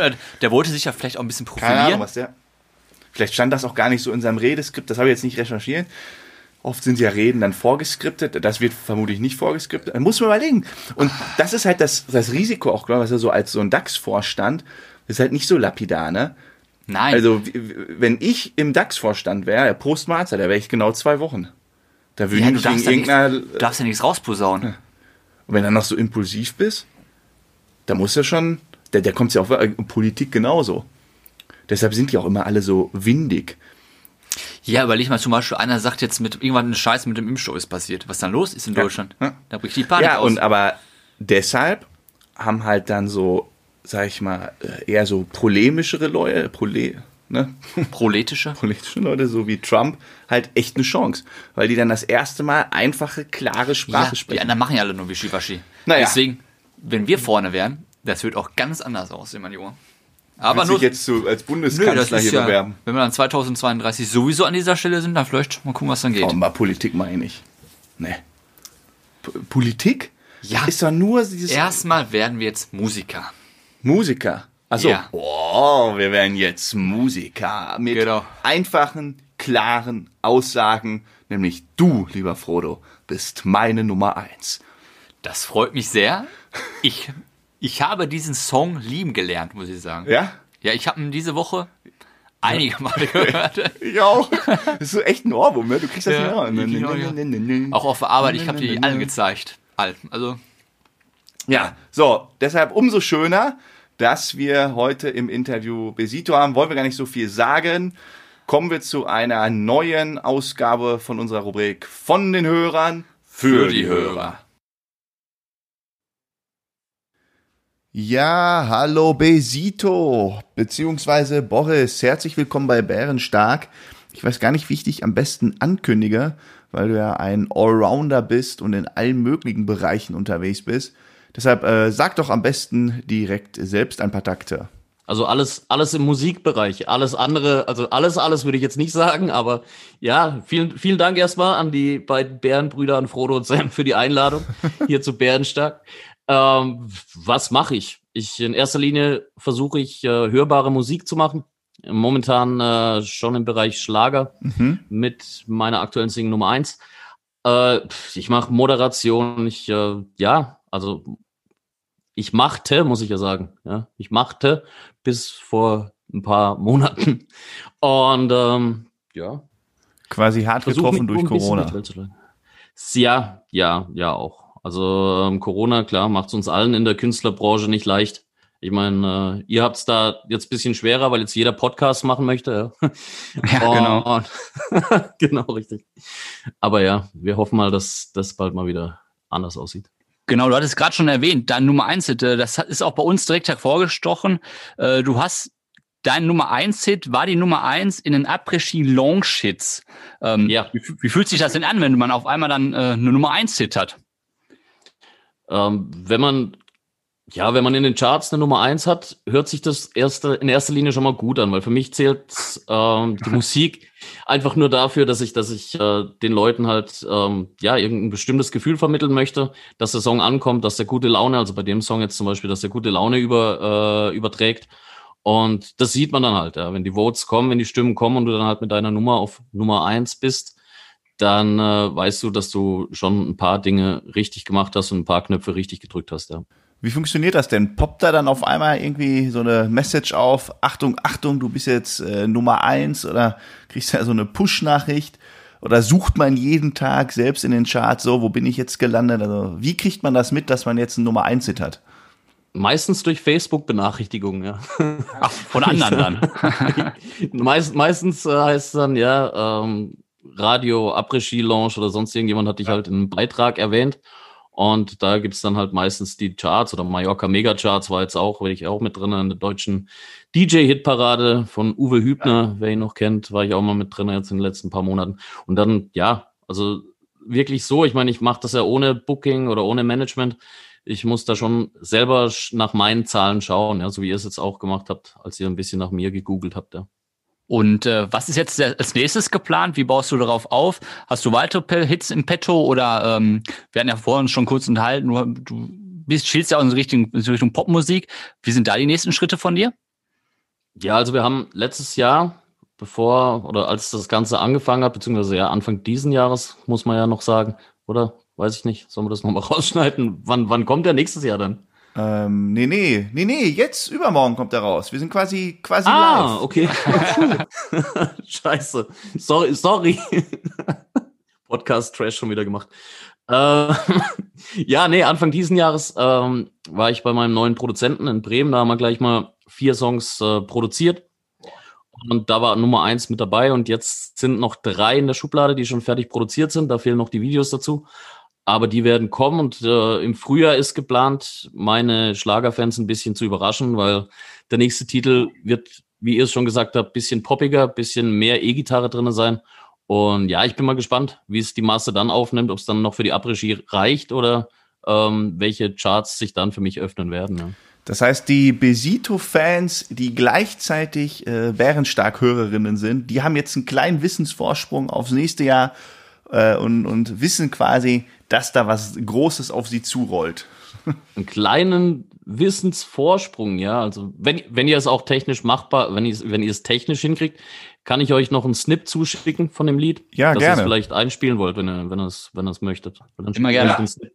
B: nein, der wollte sich ja vielleicht auch ein bisschen
A: Keine Ahnung,
B: profilieren.
A: was der. Vielleicht stand das auch gar nicht so in seinem Redeskript, das habe ich jetzt nicht recherchiert. Oft sind ja Reden dann vorgeskriptet, das wird vermutlich nicht vorgeskriptet. Da muss man überlegen. Und das ist halt das, das Risiko auch, glaube ich, was er so als so ein DAX-Vorstand, das ist halt nicht so lapidar, ne?
B: Nein,
A: Also, w- w- wenn ich im DAX-Vorstand wäre, der Postmaster, da wäre ich genau zwei Wochen. Da würde
B: ja,
A: ich
B: du,
A: mich wegen
B: darfst ja nichts,
A: irgendeiner.
B: du darfst ja nichts rausposaunen.
A: Und wenn du dann noch so impulsiv bist, da muss ja schon, der, der kommt ja auch, äh, Politik genauso. Deshalb sind die auch immer alle so windig.
B: Ja, überleg mal zum Beispiel, einer sagt jetzt mit irgendwann ein Scheiß mit dem Impfstoff ist passiert. Was dann los ist in Deutschland?
A: Ja.
B: Da bricht die Panik
A: ja,
B: aus.
A: und aber deshalb haben halt dann so, sag ich mal, äh, eher so polemischere Leute, pole, ne? [LAUGHS]
B: Proletische.
A: politische Leute, so wie Trump, halt echt eine Chance. Weil die dann das erste Mal einfache, klare Sprache
B: Ja, die
A: sprechen.
B: anderen machen ja alle nur Wischiwaschi.
A: Naja.
B: Deswegen, wenn wir vorne wären, das wird auch ganz anders aussehen, mein Junge. Aber
A: Willst du
B: nur,
A: dich jetzt zu, als
B: nö, das
A: Bundeskanzler
B: ist
A: hier
B: ja,
A: bewerben.
B: wenn wir dann 2032 sowieso an dieser Stelle sind, dann vielleicht mal gucken, was dann geht.
A: Oh, mal Politik meine ich. Nee. P Politik?
B: Ja.
A: Ist doch nur dieses
B: Erstmal werden wir jetzt Musiker.
A: Musiker. Also,
B: Ja.
A: oh, wir werden jetzt Musiker mit
B: Genau.
A: einfachen, klaren Aussagen, nämlich du, lieber Frodo, bist meine Nummer eins.
B: Das freut mich sehr. Ich, ich habe diesen Song lieben gelernt, muss ich sagen.
A: Ja?
B: Ja, ich habe ihn diese Woche einige Male [LAUGHS] gehört.
A: Ich
B: [LAUGHS]
A: auch. Das ist so echt ein Ohrwurm, ne? Du kriegst das
B: Ja,
A: nicht
B: ich
A: mehr.
B: auch, ja.
A: hin. Nee, nee, nee.
B: Auch auf der Arbeit, ich
A: [LAUGHS]
B: habe die allen gezeigt. Allen. Also,
A: Ja, so, deshalb umso schöner, dass wir heute im Interview Besito haben. Wollen wir gar nicht so viel sagen. Kommen wir zu einer neuen Ausgabe von unserer Rubrik von den Hörern für,
B: Für die Hörer.
A: Ja, hallo Besito, beziehungsweise Boris. Herzlich willkommen bei Bärenstark. Ich weiß gar nicht, wie ich dich am besten ankündige, weil du ja ein Allrounder bist und in allen möglichen Bereichen unterwegs bist. Deshalb äh, sag doch am besten direkt selbst ein paar Takte.
C: Also alles, alles im Musikbereich, alles andere, also alles, alles würde ich jetzt nicht sagen, aber ja, vielen, vielen Dank erstmal an die beiden Bärenbrüder, an Frodo und Sam für die Einladung hier zu Bärenstark. Ähm, was mache ich? Ich in erster Linie versuche ich äh, hörbare Musik zu machen. Momentan äh, schon im Bereich Schlager
A: Mhm.
C: mit meiner aktuellen Single Nummer eins. Äh, pf, ich mache Moderation. Ich äh, ja, also ich machte, muss ich ja sagen. Ja, ich machte bis vor ein paar Monaten und ähm, ja,
A: Quasi hart
C: Versuch
A: getroffen
C: mich
A: durch
C: nur ein bisschen
A: Corona.
C: mit reinzuschlagen. Ja, ja, ja auch. Also ähm, Corona, klar, macht es uns allen in der Künstlerbranche nicht leicht. Ich meine, äh, ihr habt es da jetzt ein bisschen schwerer, weil jetzt jeder Podcast machen möchte. Ja,
B: Ja, genau.
C: genau. [LAUGHS] genau, richtig. Aber ja, wir hoffen mal, dass das bald mal wieder anders aussieht.
B: Genau, du hattest gerade schon erwähnt, dein Nummer 1 Hit, äh, das hat- ist auch bei uns direkt hervorgestochen. Äh, Du hast dein Nummer 1 Hit war die Nummer 1 in den Après-Ski Long Shits. Ähm,
C: Ja.
B: wie, fü- wie fühlt sich das denn an, wenn man auf einmal dann äh, eine Nummer 1 Hit hat?
C: Ähm, wenn man, ja, wenn man in den Charts eine Nummer eins hat, hört sich das erste, in erster Linie schon mal gut an, weil für mich zählt ähm,
B: [LAUGHS]
C: die Musik einfach nur dafür, dass ich, dass ich äh, den Leuten halt, ähm, ja, irgendein bestimmtes Gefühl vermitteln möchte, dass der Song ankommt, dass der gute Laune, also bei dem Song jetzt zum Beispiel, dass der gute Laune über, äh, überträgt. Und das sieht man dann halt, ja. Wenn die Votes kommen, wenn die Stimmen kommen und du dann halt mit deiner Nummer auf Nummer eins bist, dann äh, weißt du, dass du schon ein paar Dinge richtig gemacht hast und ein paar Knöpfe richtig gedrückt hast. Ja.
A: Wie funktioniert das denn? Poppt da dann auf einmal irgendwie so eine Message auf? Achtung, Achtung, du bist jetzt äh, Nummer eins oder kriegst du da so eine Push-Nachricht? Oder sucht man jeden Tag selbst in den Charts so, wo bin ich jetzt gelandet? Also, wie kriegt man das mit, dass man jetzt ein Nummer eins Hit hat?
C: Meistens durch Facebook-Benachrichtigungen, ja.
B: Ach, von anderen dann.
C: Meist, meistens äh, heißt es dann, ja, ähm, Radio, Après-Ski-Lounge oder sonst irgendjemand hat dich halt in einem Beitrag erwähnt. Und da gibt's dann halt meistens die Charts oder Mallorca Megacharts war jetzt auch, war ich auch mit drin in der deutschen DJ-Hitparade von Uwe Hübner, wer ihn noch kennt, war ich auch mal mit drin jetzt in den letzten paar Monaten. Und dann, ja, also wirklich so, ich meine, ich mache das ja ohne Booking oder ohne Management. Ich muss da schon selber sch- nach meinen Zahlen schauen, ja, so wie ihr es jetzt auch gemacht habt, als ihr ein bisschen nach mir gegoogelt habt. Ja.
B: Und äh, was ist jetzt der- als nächstes geplant? Wie baust du darauf auf? Hast du weitere Pe- Hits im Petto oder ähm, wir hatten ja vorhin schon kurz unterhalten, nur du bist, schielst ja auch in Richtung, in Richtung Popmusik. Wie sind da die nächsten Schritte von dir?
C: Ja, also wir haben letztes Jahr, bevor oder als das Ganze angefangen hat, beziehungsweise ja Anfang diesen Jahres, muss man ja noch sagen, oder? Weiß ich nicht. Sollen wir das nochmal [LAUGHS] rausschneiden? Wann, wann kommt der nächstes Jahr dann?
A: [LAUGHS] Ähm, nee, nee, nee, nee, jetzt übermorgen kommt er raus. Wir sind quasi, quasi
C: Ah,
A: live.
C: okay. [LAUGHS] Scheiße. Sorry, sorry. [LAUGHS] Podcast Trash schon wieder gemacht. Ähm, [LAUGHS] ja, nee, Anfang diesen Jahres ähm, war ich bei meinem neuen Produzenten in Bremen. Da haben wir gleich mal vier Songs äh, produziert. Und da war Nummer eins mit dabei. Und jetzt sind noch drei in der Schublade, die schon fertig produziert sind. Da fehlen noch die Videos dazu. Aber die werden kommen. Und äh, im Frühjahr ist geplant, meine Schlagerfans ein bisschen zu überraschen, weil der nächste Titel wird, wie ihr es schon gesagt habt, bisschen poppiger, bisschen mehr E-Gitarre drinne sein. Und ja, ich bin mal gespannt, wie es die Masse dann aufnimmt, ob es dann noch für die Abregie reicht oder ähm, welche Charts sich dann für mich öffnen werden. Ja.
A: Das heißt, die Besito-Fans, die gleichzeitig äh, Bärenstark-Hörerinnen sind, die haben jetzt einen kleinen Wissensvorsprung aufs nächste Jahr äh, und, und wissen quasi, dass da was Großes auf sie zurollt.
C: Einen kleinen Wissensvorsprung, ja. Also wenn, wenn ihr es auch technisch machbar, wenn ihr es, wenn ihr es technisch hinkriegt, kann ich euch noch einen Snip zuschicken von dem Lied.
A: Ja,
C: dass
A: gerne.
C: ihr es vielleicht einspielen wollt, wenn ihr, wenn ihr es, wenn ihr es möchtet. Und dann
B: Immer
C: schickt
B: gerne.
C: euch Den Snip,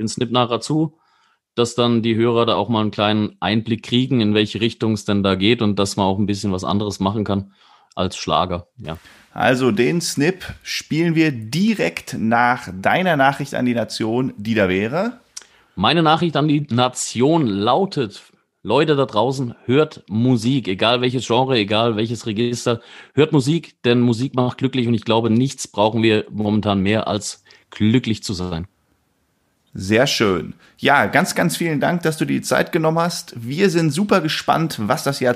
C: den Snip nachher zu, dass dann die Hörer da auch mal einen kleinen Einblick kriegen, in welche Richtung es denn da geht und dass man auch ein bisschen was anderes machen kann als Schlager. Ja.
A: Also den Snip spielen wir direkt nach deiner Nachricht an die Nation, die da wäre.
C: Meine Nachricht an die Nation lautet, Leute da draußen, hört Musik, egal welches Genre, egal welches Register, hört Musik, denn Musik macht glücklich und ich glaube, nichts brauchen wir momentan mehr als glücklich zu sein.
A: Sehr schön. Ja, ganz, ganz vielen Dank, dass du dir die Zeit genommen hast. Wir sind super gespannt, was das Jahr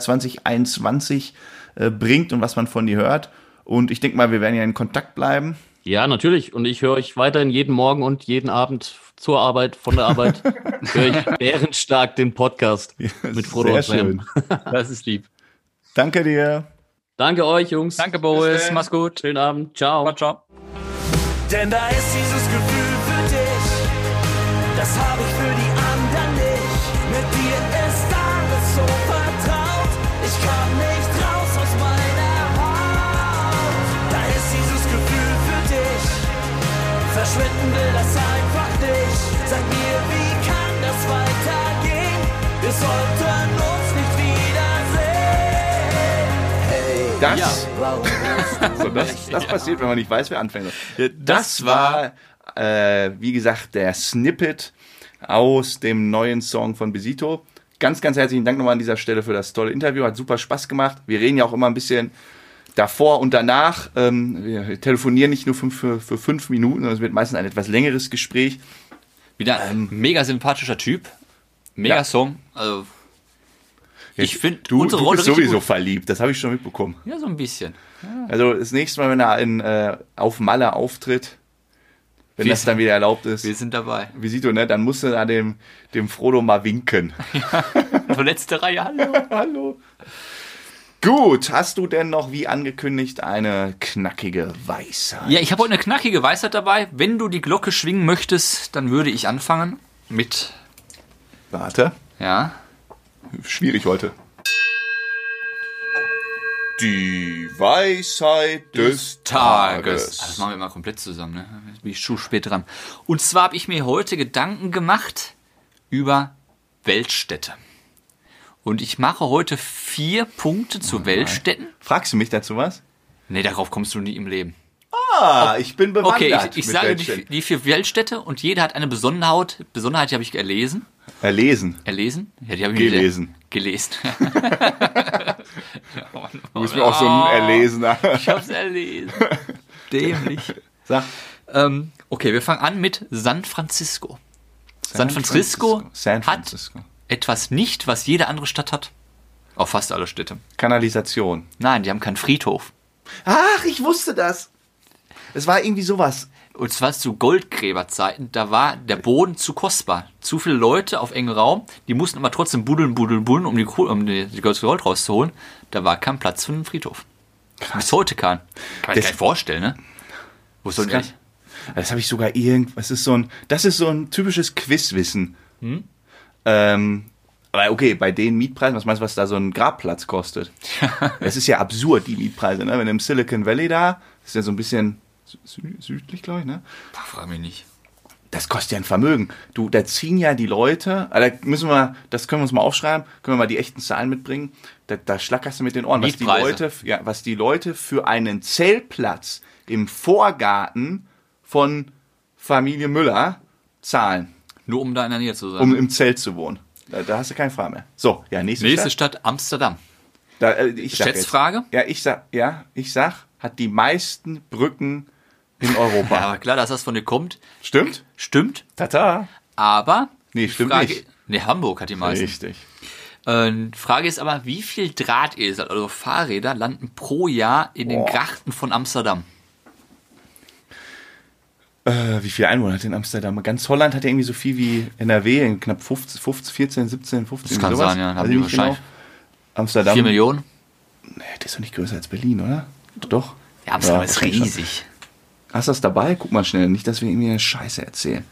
A: 2021 äh, bringt und was man von dir hört. Und ich denke mal, wir werden ja in Kontakt bleiben.
C: Ja, natürlich. Und ich höre euch weiterhin jeden Morgen und jeden Abend zur Arbeit, von
A: [LAUGHS]
C: der Arbeit, höre ich bärenstark den Podcast mit Frodo
A: Sehr
C: und Sam.
A: schön.
B: Das ist lieb.
A: Danke dir.
C: Danke euch, Jungs.
B: Danke, Boris.
A: dann.
B: Mach's gut.
C: Schönen Abend. Ciao.
B: Ciao, ciao.
D: Denn da ist dieses Gefühl für dich, das habe ich für die anderen nicht. Mit dir ist alles so vertraut, ich kann nicht raus aus meiner Haut. Da ist dieses Gefühl für dich, verschwinden will das einfach nicht. Sag mir, wie kann das weitergehen? Wir sollten uns nicht wiedersehen.
A: Das,
D: Warum?
A: so, das, das passiert, wenn man nicht weiß, wer anfängt. Das war, äh, wie gesagt, der Snippet aus dem neuen Song von Besito. Ganz, ganz herzlichen Dank nochmal an dieser Stelle für das tolle Interview. Hat super Spaß gemacht. Wir reden ja auch immer ein bisschen davor und danach. Ähm, wir telefonieren nicht nur fünf, für, für fünf Minuten, sondern es wird meistens ein etwas längeres Gespräch.
B: Wieder ein mega sympathischer Typ. Mega
A: Ja.
B: Song. Also, ich finde
A: du,
B: unsere
A: du
B: Rolle
A: bist
B: richtig
A: sowieso
B: gut.
A: verliebt. Das habe ich schon mitbekommen.
B: Ja, so ein bisschen.
A: Also das nächste Mal, wenn er in, äh, auf Malle auftritt, wenn
B: Wir
A: das dann wieder erlaubt ist,
B: Wir sind dabei.
A: Visito, ne? Dann musst du da dem, dem Frodo mal winken.
B: So letzte Reihe, hallo.
A: Hallo. Gut, hast du denn noch, wie angekündigt, eine knackige Weisheit?
B: Ja, ich habe heute eine knackige Weisheit dabei. Wenn du die Glocke schwingen möchtest, dann würde ich anfangen mit,
A: Warte,
B: ja,
A: schwierig heute. Die Weisheit des Tages.
B: Ah,
A: Also
B: Das machen wir mal komplett zusammen, ne? Jetzt bin ich zu spät dran. Und zwar habe ich mir heute Gedanken gemacht über Weltstädte. Und ich mache heute vier Punkte zu Weltstädten.
A: Fragst du mich dazu was?
B: Nee, darauf kommst du nie im Leben.
A: Ah, ich bin bewandert.
B: Okay, ich, ich
A: mit
B: sage die,
A: Weltstädten.
B: die vier Weltstädte und jede hat eine Besonderheit. Besonderheit, die habe ich erlesen.
A: Erlesen.
B: Erlesen? Ja, die habe ich
A: Gelesen.
B: Nicht gelesen.
A: [LAUGHS]
B: [LAUGHS] oh,
A: Du bist mir auch so ein [LAUGHS] Erlesener.
B: Ich
A: [LAUGHS]
B: hab's erlesen. Dämlich.
A: Sag.
B: Ähm, okay, wir fangen an mit San Francisco. San Francisco,
A: San
B: hat
A: Francisco.
B: etwas nicht, was jede andere Stadt hat. Auch fast alle Städte.
A: Kanalisation.
B: Nein, die haben keinen Friedhof.
A: Ach, ich wusste das. Es war irgendwie sowas.
B: Und zwar zu Goldgräberzeiten, da war der Boden zu kostbar. Zu viele Leute auf engem Raum, die mussten aber trotzdem buddeln, buddeln, buddeln, um die, Kohle- um die die ganze Gold rauszuholen. Da war kein Platz für einen Friedhof. Bis heute kein. Kann
A: Das-
B: man sich gar nicht vorstellen, ne? Wo soll
A: kann-
B: denn
A: Das habe ich sogar irgend. Das ist so ein. Das ist so ein typisches Quizwissen. Ähm, aber okay, bei den Mietpreisen, was meinst du, was da so ein Grabplatz kostet? Es ist ja absurd, die Mietpreise, ne? Wenn du im Silicon Valley da, das ist ja so ein bisschen sü südlich, glaube ich, ne?
B: Pah, Frag mich nicht.
A: Das kostet ja ein Vermögen. Du, da ziehen ja die Leute, ah, da müssen wir, das können wir uns mal aufschreiben, können wir mal die echten Zahlen mitbringen. Da, da schlackerst du mit den Ohren, was die,
B: Mietpreise.
A: Leute, ja, was die Leute für einen Zeltplatz im Vorgarten von Familie Müller zahlen,
B: Nur um da in der Nähe zu sein.
A: um im Zelt zu wohnen. Da, da hast du keine Frage mehr. So, ja, nächste,
B: Nächste
A: Stadt.
B: Stadt, Amsterdam.
A: Da, äh, ich sag jetzt.
B: Schätzfrage?
A: Ja, ich sag, ja, ich sag, hat die meisten Brücken in
B: Ja,
A: Europa.
B: aber klar, dass das von dir kommt,
A: Stimmt?
B: stimmt.
A: Tata.
B: Aber.
A: Nee,
B: die
A: stimmt
B: Frage,
A: nicht.
B: Nee, Hamburg hat die meisten.
A: Richtig.
B: Äh, die Frage ist aber, wie viel Drahtesel, also Fahrräder, landen pro Jahr in den
A: Boah.
B: Grachten von Amsterdam?
A: Äh, Wie viele Einwohner hat denn Amsterdam? Ganz Holland hat ja irgendwie so viel wie NRW, in knapp 15, 15 14, 17, 15.
B: Das kann
A: sowas.
B: sein, ja, dann haben
A: Weiß ich
B: die
A: nicht genau.
B: wahrscheinlich
A: Amsterdam.
B: 4 Millionen?
A: Nee, das ist doch nicht größer als Berlin, oder? Doch.
B: Ja, Amsterdam ist
A: wahrscheinlich schon.
B: riesig.
A: Hast du das dabei? Guck mal schnell, nicht, dass wir irgendwie eine Scheiße erzählen.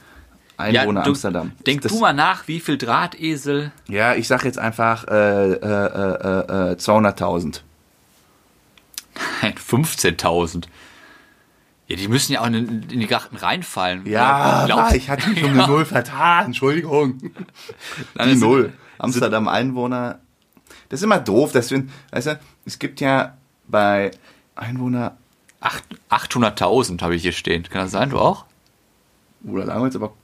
B: Ja,
A: Einwohner
B: du,
A: Amsterdam.
B: Denk
A: das,
B: du mal nach, wie viel Drahtesel.
A: Ja, ich sag jetzt einfach äh, äh, äh, äh, äh, 200.000.
B: Nein, 15.000. Ja, die müssen ja auch in, in die Grachten
A: [LAUGHS]
B: reinfallen.
A: Ja,
B: Glaubst-
A: ich hatte mich um eine Null vertan, Entschuldigung.
B: Nein,
A: die
B: das-
A: Null. Amsterdam Einwohner. Das ist immer doof, dass wir, weißt du, es gibt ja bei Einwohner,
B: Acht- 800.000 habe ich hier stehen. Kann das sein, du auch?
A: oder sagen wir jetzt aber,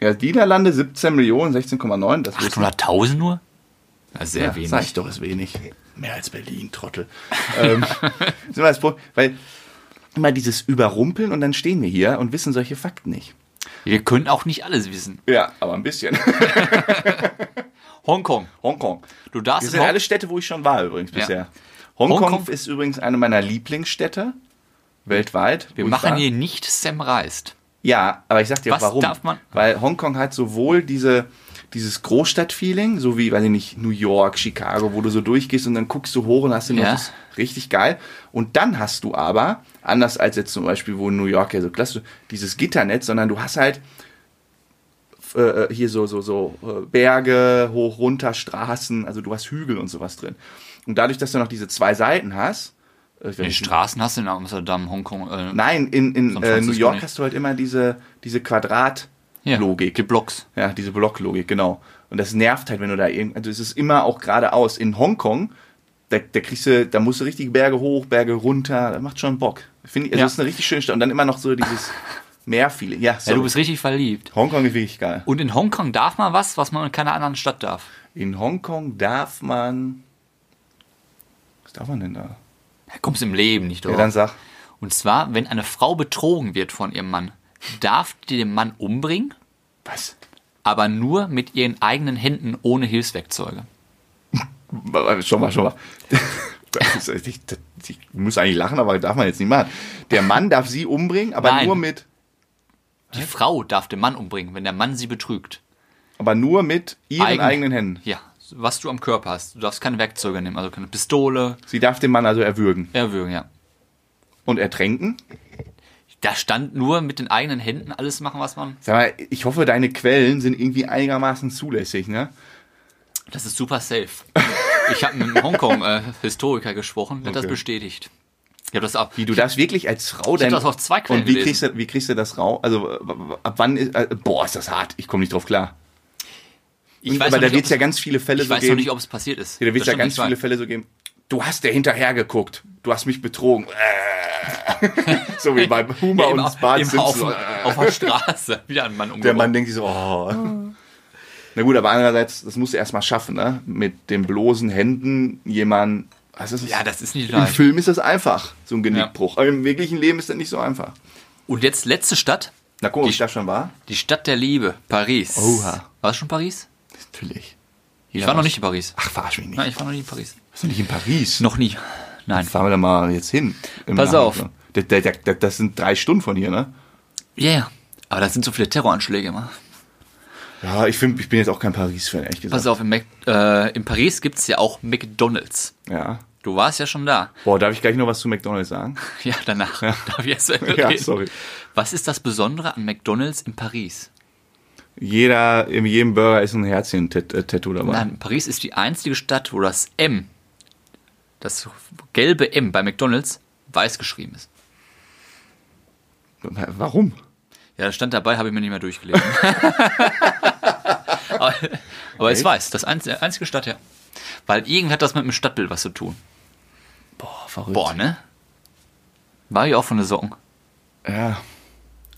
A: ja, Niederlande 17 Millionen, 16,9, das wissen-
B: 800.000 nur? Ja, sehr
A: ja,
B: wenig.
A: Sag ich doch, ist wenig. Mehr als Berlin, Trottel. [LAUGHS] ähm, das ist immer das Problem, weil immer dieses Überrumpeln und dann stehen wir hier und wissen solche Fakten nicht.
B: Wir können auch nicht alles wissen.
A: Ja, aber ein bisschen. [LAUGHS]
B: Hongkong.
A: Hongkong.
B: Du darfst
A: Das
B: in
A: sind
B: Hong-
A: alle Städte, wo ich schon war übrigens
B: Ja.
A: bisher. Hongkong,
B: Hongkong-
A: ist übrigens eine meiner Lieblingsstädte weltweit.
B: Wir
A: wo ich
B: machen
A: war.
B: hier nicht Sam Reist.
A: Ja, aber ich sag dir auch
B: Was
A: warum.
B: darf man-
A: Weil Hongkong hat sowohl diese, dieses Großstadtfeeling, so wie, weiß ich nicht, New York, Chicago, wo du so durchgehst und dann guckst du hoch und hast den
B: Ja.
A: das ist richtig geil. Und dann hast du aber, anders als jetzt zum Beispiel, wo in New York ja so klassisch, dieses Gitternetz, sondern du hast halt äh, hier so, so, so äh, Berge, hoch, runter, Straßen, also du hast Hügel und sowas drin. Und dadurch, dass du noch diese zwei Seiten hast, äh, ich weiß
B: Die
A: nicht,
B: Straßen hast du in Amsterdam, Hongkong. Äh,
A: Nein, in, in
B: San
A: äh, New
B: Francisco
A: York
B: nicht.
A: hast du halt immer diese, diese
B: hier,
A: Quadrat-Logik.
B: Die Blocks.
A: Ja, diese Blocklogik, genau. Und das nervt halt, wenn du da irgendwie, also es ist immer auch geradeaus. In Hongkong, da, da kriegst du, da musst du richtig Berge hoch, Berge runter, das macht schon Bock. Finde ich, also
B: Ja.
A: es ist eine richtig schöne Stadt und dann immer noch so
B: [LAUGHS]
A: dieses Meerfeeling. Ja,
B: Ja,
A: sorry.
B: du bist richtig verliebt.
A: Hongkong ist wirklich geil.
B: Und in Hongkong darf man was, was man in keiner anderen Stadt darf.
A: In Hongkong darf man, was darf man denn da?
B: Da kommst du im Leben nicht
A: Ja,
B: drauf.
A: dann sag,
B: Und zwar, wenn eine Frau betrogen wird von ihrem Mann, darf die den Mann umbringen,
A: was?
B: aber nur mit ihren eigenen Händen ohne Hilfswerkzeuge.
A: Schon mal, [LAUGHS] schon mal. Das ist, ich, ich muss eigentlich lachen, aber darf man jetzt nicht machen. Der Mann darf sie umbringen, aber
B: Nein.
A: nur mit,
B: Die Frau darf den Mann umbringen, wenn der Mann sie betrügt.
A: aber nur mit ihren
B: Eigen-
A: eigenen Händen.
B: Ja, was du am Körper hast. Du darfst keine Werkzeuge nehmen, also keine Pistole,
A: Sie darf den Mann also erwürgen
B: erwürgen, ja.
A: und ertränken.
B: Da stand nur mit den eigenen Händen alles machen, was man.
A: Sag mal, ich hoffe, deine Quellen sind irgendwie einigermaßen zulässig, ne?
B: Das ist
A: [LAUGHS]
B: super safe. Ich habe mit einem Hongkong-Historiker gesprochen, der hat das
A: Okay.
B: bestätigt. Ich habe das ab.
A: Wie, du darfst wirklich als Frau
B: hab das auf zwei Quellen
A: Und wie
B: gelesen.
A: kriegst, du, wie kriegst du das raus? Also, w- w- ab wann ist. Äh, boah, ist das hart. Ich komme nicht drauf klar.
B: Ich
A: Und,
B: weiß
A: aber
B: noch
A: da
B: nicht,
A: wird es
B: ob
A: ja
B: es-
A: ganz viele Fälle
B: Ich
A: so
B: weiß
A: geben.
B: noch nicht, ob es passiert ist.
A: da wird
B: Das
A: ja
B: stimmt
A: ganz
B: nicht, weil-
A: viele Fälle so geben. Du hast der hinterher geguckt. Du hast mich betrogen.
B: [LAUGHS]
A: Äh. so wie beim Humor
B: Ja,
A: und
B: immer,
A: Spart
B: immer auf,
A: Simpson.
B: auf der Straße [LAUGHS] wieder ein Mann
A: Der
B: umgebracht.
A: Mann denkt sich so, oh. Na gut, aber andererseits, das musst du erstmal schaffen, ne? Mit den bloßen Händen jemanden. Also es ist,
B: Ja, das ist nicht
A: Im
B: leicht.
A: Film ist das einfach, so ein Genickbruch. Aber im wirklichen Leben ist das nicht so einfach.
B: Und jetzt letzte Stadt,
A: Na guck,
B: Die
A: ob ich da schon war?
B: die Stadt der Liebe, Paris.
A: Oha.
B: Warst du schon in Paris?
A: Natürlich.
B: Ich war noch nicht in Paris.
A: Ach, verarsch mich nicht.
B: Nein, ich war noch nie in Paris.
A: Bist du nicht in Paris?
B: Noch nie. Nein.
A: Fahren wir da mal jetzt hin. Im
B: Pass
A: Nachhinein.
B: auf.
A: Da- da- da- da- Das sind drei Stunden von hier, ne?
B: Ja, yeah. aber da sind so viele Terroranschläge immer.
A: Ja, ich, find, ich bin jetzt auch kein Paris-Fan, ehrlich gesagt.
B: Pass auf, in, Mac äh, in Paris gibt's ja auch McDonalds.
A: Ja.
B: Du warst ja schon da.
A: Boah, darf ich gleich noch was zu McDonalds
B: [LAUGHS]
A: sagen? [LAUGHS]
B: Ja, danach. Darf ich erst mal
A: Ja,
B: reden?
A: sorry.
B: Was ist das Besondere an McDonalds in Paris?
A: Jeder, in jedem Burger ist ein Herzchen-Tattoo dabei.
B: Nein, Paris ist die einzige Stadt, wo das M, das gelbe M bei McDonalds, weiß geschrieben ist.
A: Warum?
B: Ja, das stand dabei, habe ich mir nicht
A: [LAUGHS]
B: mehr durchgelesen. aber aber es
A: Echt?
B: weiß, das einz- einzige Stadt, ja. Weil irgend hat das mit dem Stadtbild was zu tun.
A: Boah, verrückt.
B: Boah, ne? War ja auch von der Socken.
A: Ja.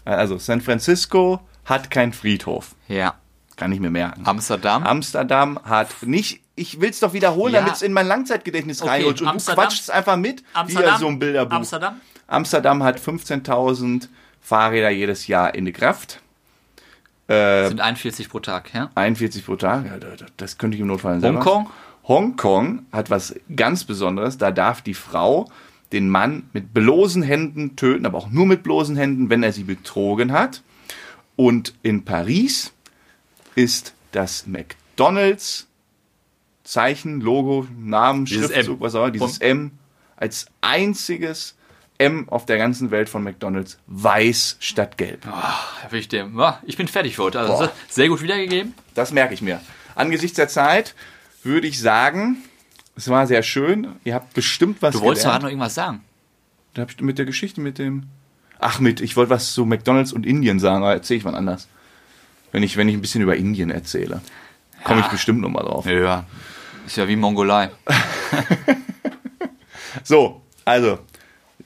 A: Also, San Francisco hat keinen Friedhof.
B: Ja.
A: Kann ich mir merken.
B: Amsterdam.
A: Amsterdam hat nicht. Ich will es doch wiederholen,
B: Ja.
A: damit es in mein Langzeitgedächtnis
B: Okay,
A: reinrutscht. Und
B: Amsterdam.
A: du quatschst es einfach mit,
B: Amsterdam.
A: wie so ein Bilderbuch.
B: Amsterdam.
A: Amsterdam hat 15.000 Fahrräder jedes Jahr in die Kraft. Ähm.
B: sind 41 pro Tag, ja?
A: 41 pro Tag. Ja, da- da- Das könnte ich im Notfall selber.
B: Hongkong?
A: Hongkong hat was ganz Besonderes. Da darf die Frau den Mann mit bloßen Händen töten, aber auch nur mit bloßen Händen, wenn er sie betrogen hat. Und in Paris ist das McDonalds Zeichen, Logo, Namen,
B: Dieses
A: Schriftzug,
B: M.
A: was auch immer, dieses M als einziges M auf der ganzen Welt von McDonalds weiß statt gelb.
B: Da will ich dem. Ah, Ich bin fertig für heute. Also
A: Boah.
B: sehr gut wiedergegeben.
A: Das merke ich mir. Angesichts der Zeit würde ich sagen, es war sehr schön. Ihr habt bestimmt was
B: Du wolltest doch
A: gelernt.
B: noch irgendwas sagen.
A: Da hab ich mit der Geschichte mit dem. Ach, mit, ich wollte was zu McDonalds und Indien sagen, aber erzähle ich wann anders. Wenn ich, wenn ich ein bisschen über Indien erzähle, komme ich bestimmt nochmal drauf.
B: Ja. Ist ja wie Mongolei.
A: So, also,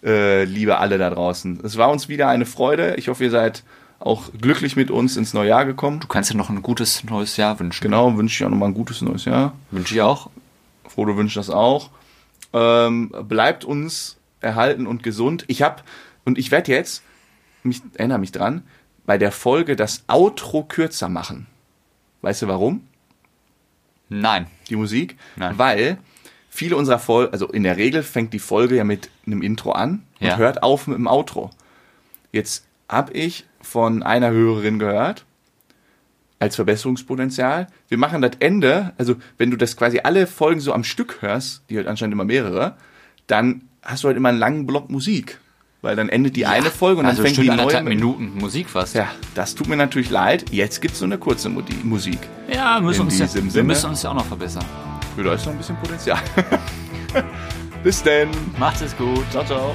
A: äh, liebe alle da draußen, es war uns wieder eine Freude. Ich hoffe, ihr seid auch glücklich mit uns ins neue Jahr gekommen.
B: Du kannst dir noch ein gutes neues Jahr wünschen.
A: Genau, wünsche ich auch nochmal ein gutes neues Jahr.
B: Wünsche ich auch.
A: Frodo wünscht das auch. Ähm, bleibt uns erhalten und gesund. Ich habe und ich werde jetzt, mich erinnere mich dran, bei der Folge das Outro kürzer machen. Weißt du warum?
B: Nein.
A: Die Musik?
B: Nein.
A: Weil viele unserer Folgen, also in der Regel fängt die Folge ja mit einem Intro an und
B: Ja.
A: hört auf mit dem Outro. Jetzt habe ich von einer Hörerin gehört, als Verbesserungspotenzial. Wir machen das Ende, also wenn du das quasi alle Folgen so am Stück hörst, die halt anscheinend immer mehrere, dann hast du halt immer einen langen Block Musik. Weil dann endet die eine Folge und dann
B: also
A: fängt
B: bestimmt
A: die neue
B: anderthalb
A: mit-
B: Minuten Musik fast.
A: Ja, das tut mir natürlich leid. Jetzt gibt's so eine kurze Mudi- Musik.
B: Ja, müssen
A: In
B: uns ja,
A: diesem
B: wir
A: Sinne.
B: müssen uns ja auch noch verbessern.
A: Ja, Da ist noch ein bisschen Potenzial. [LAUGHS] Bis denn.
B: Macht es gut.
A: Ciao, ciao.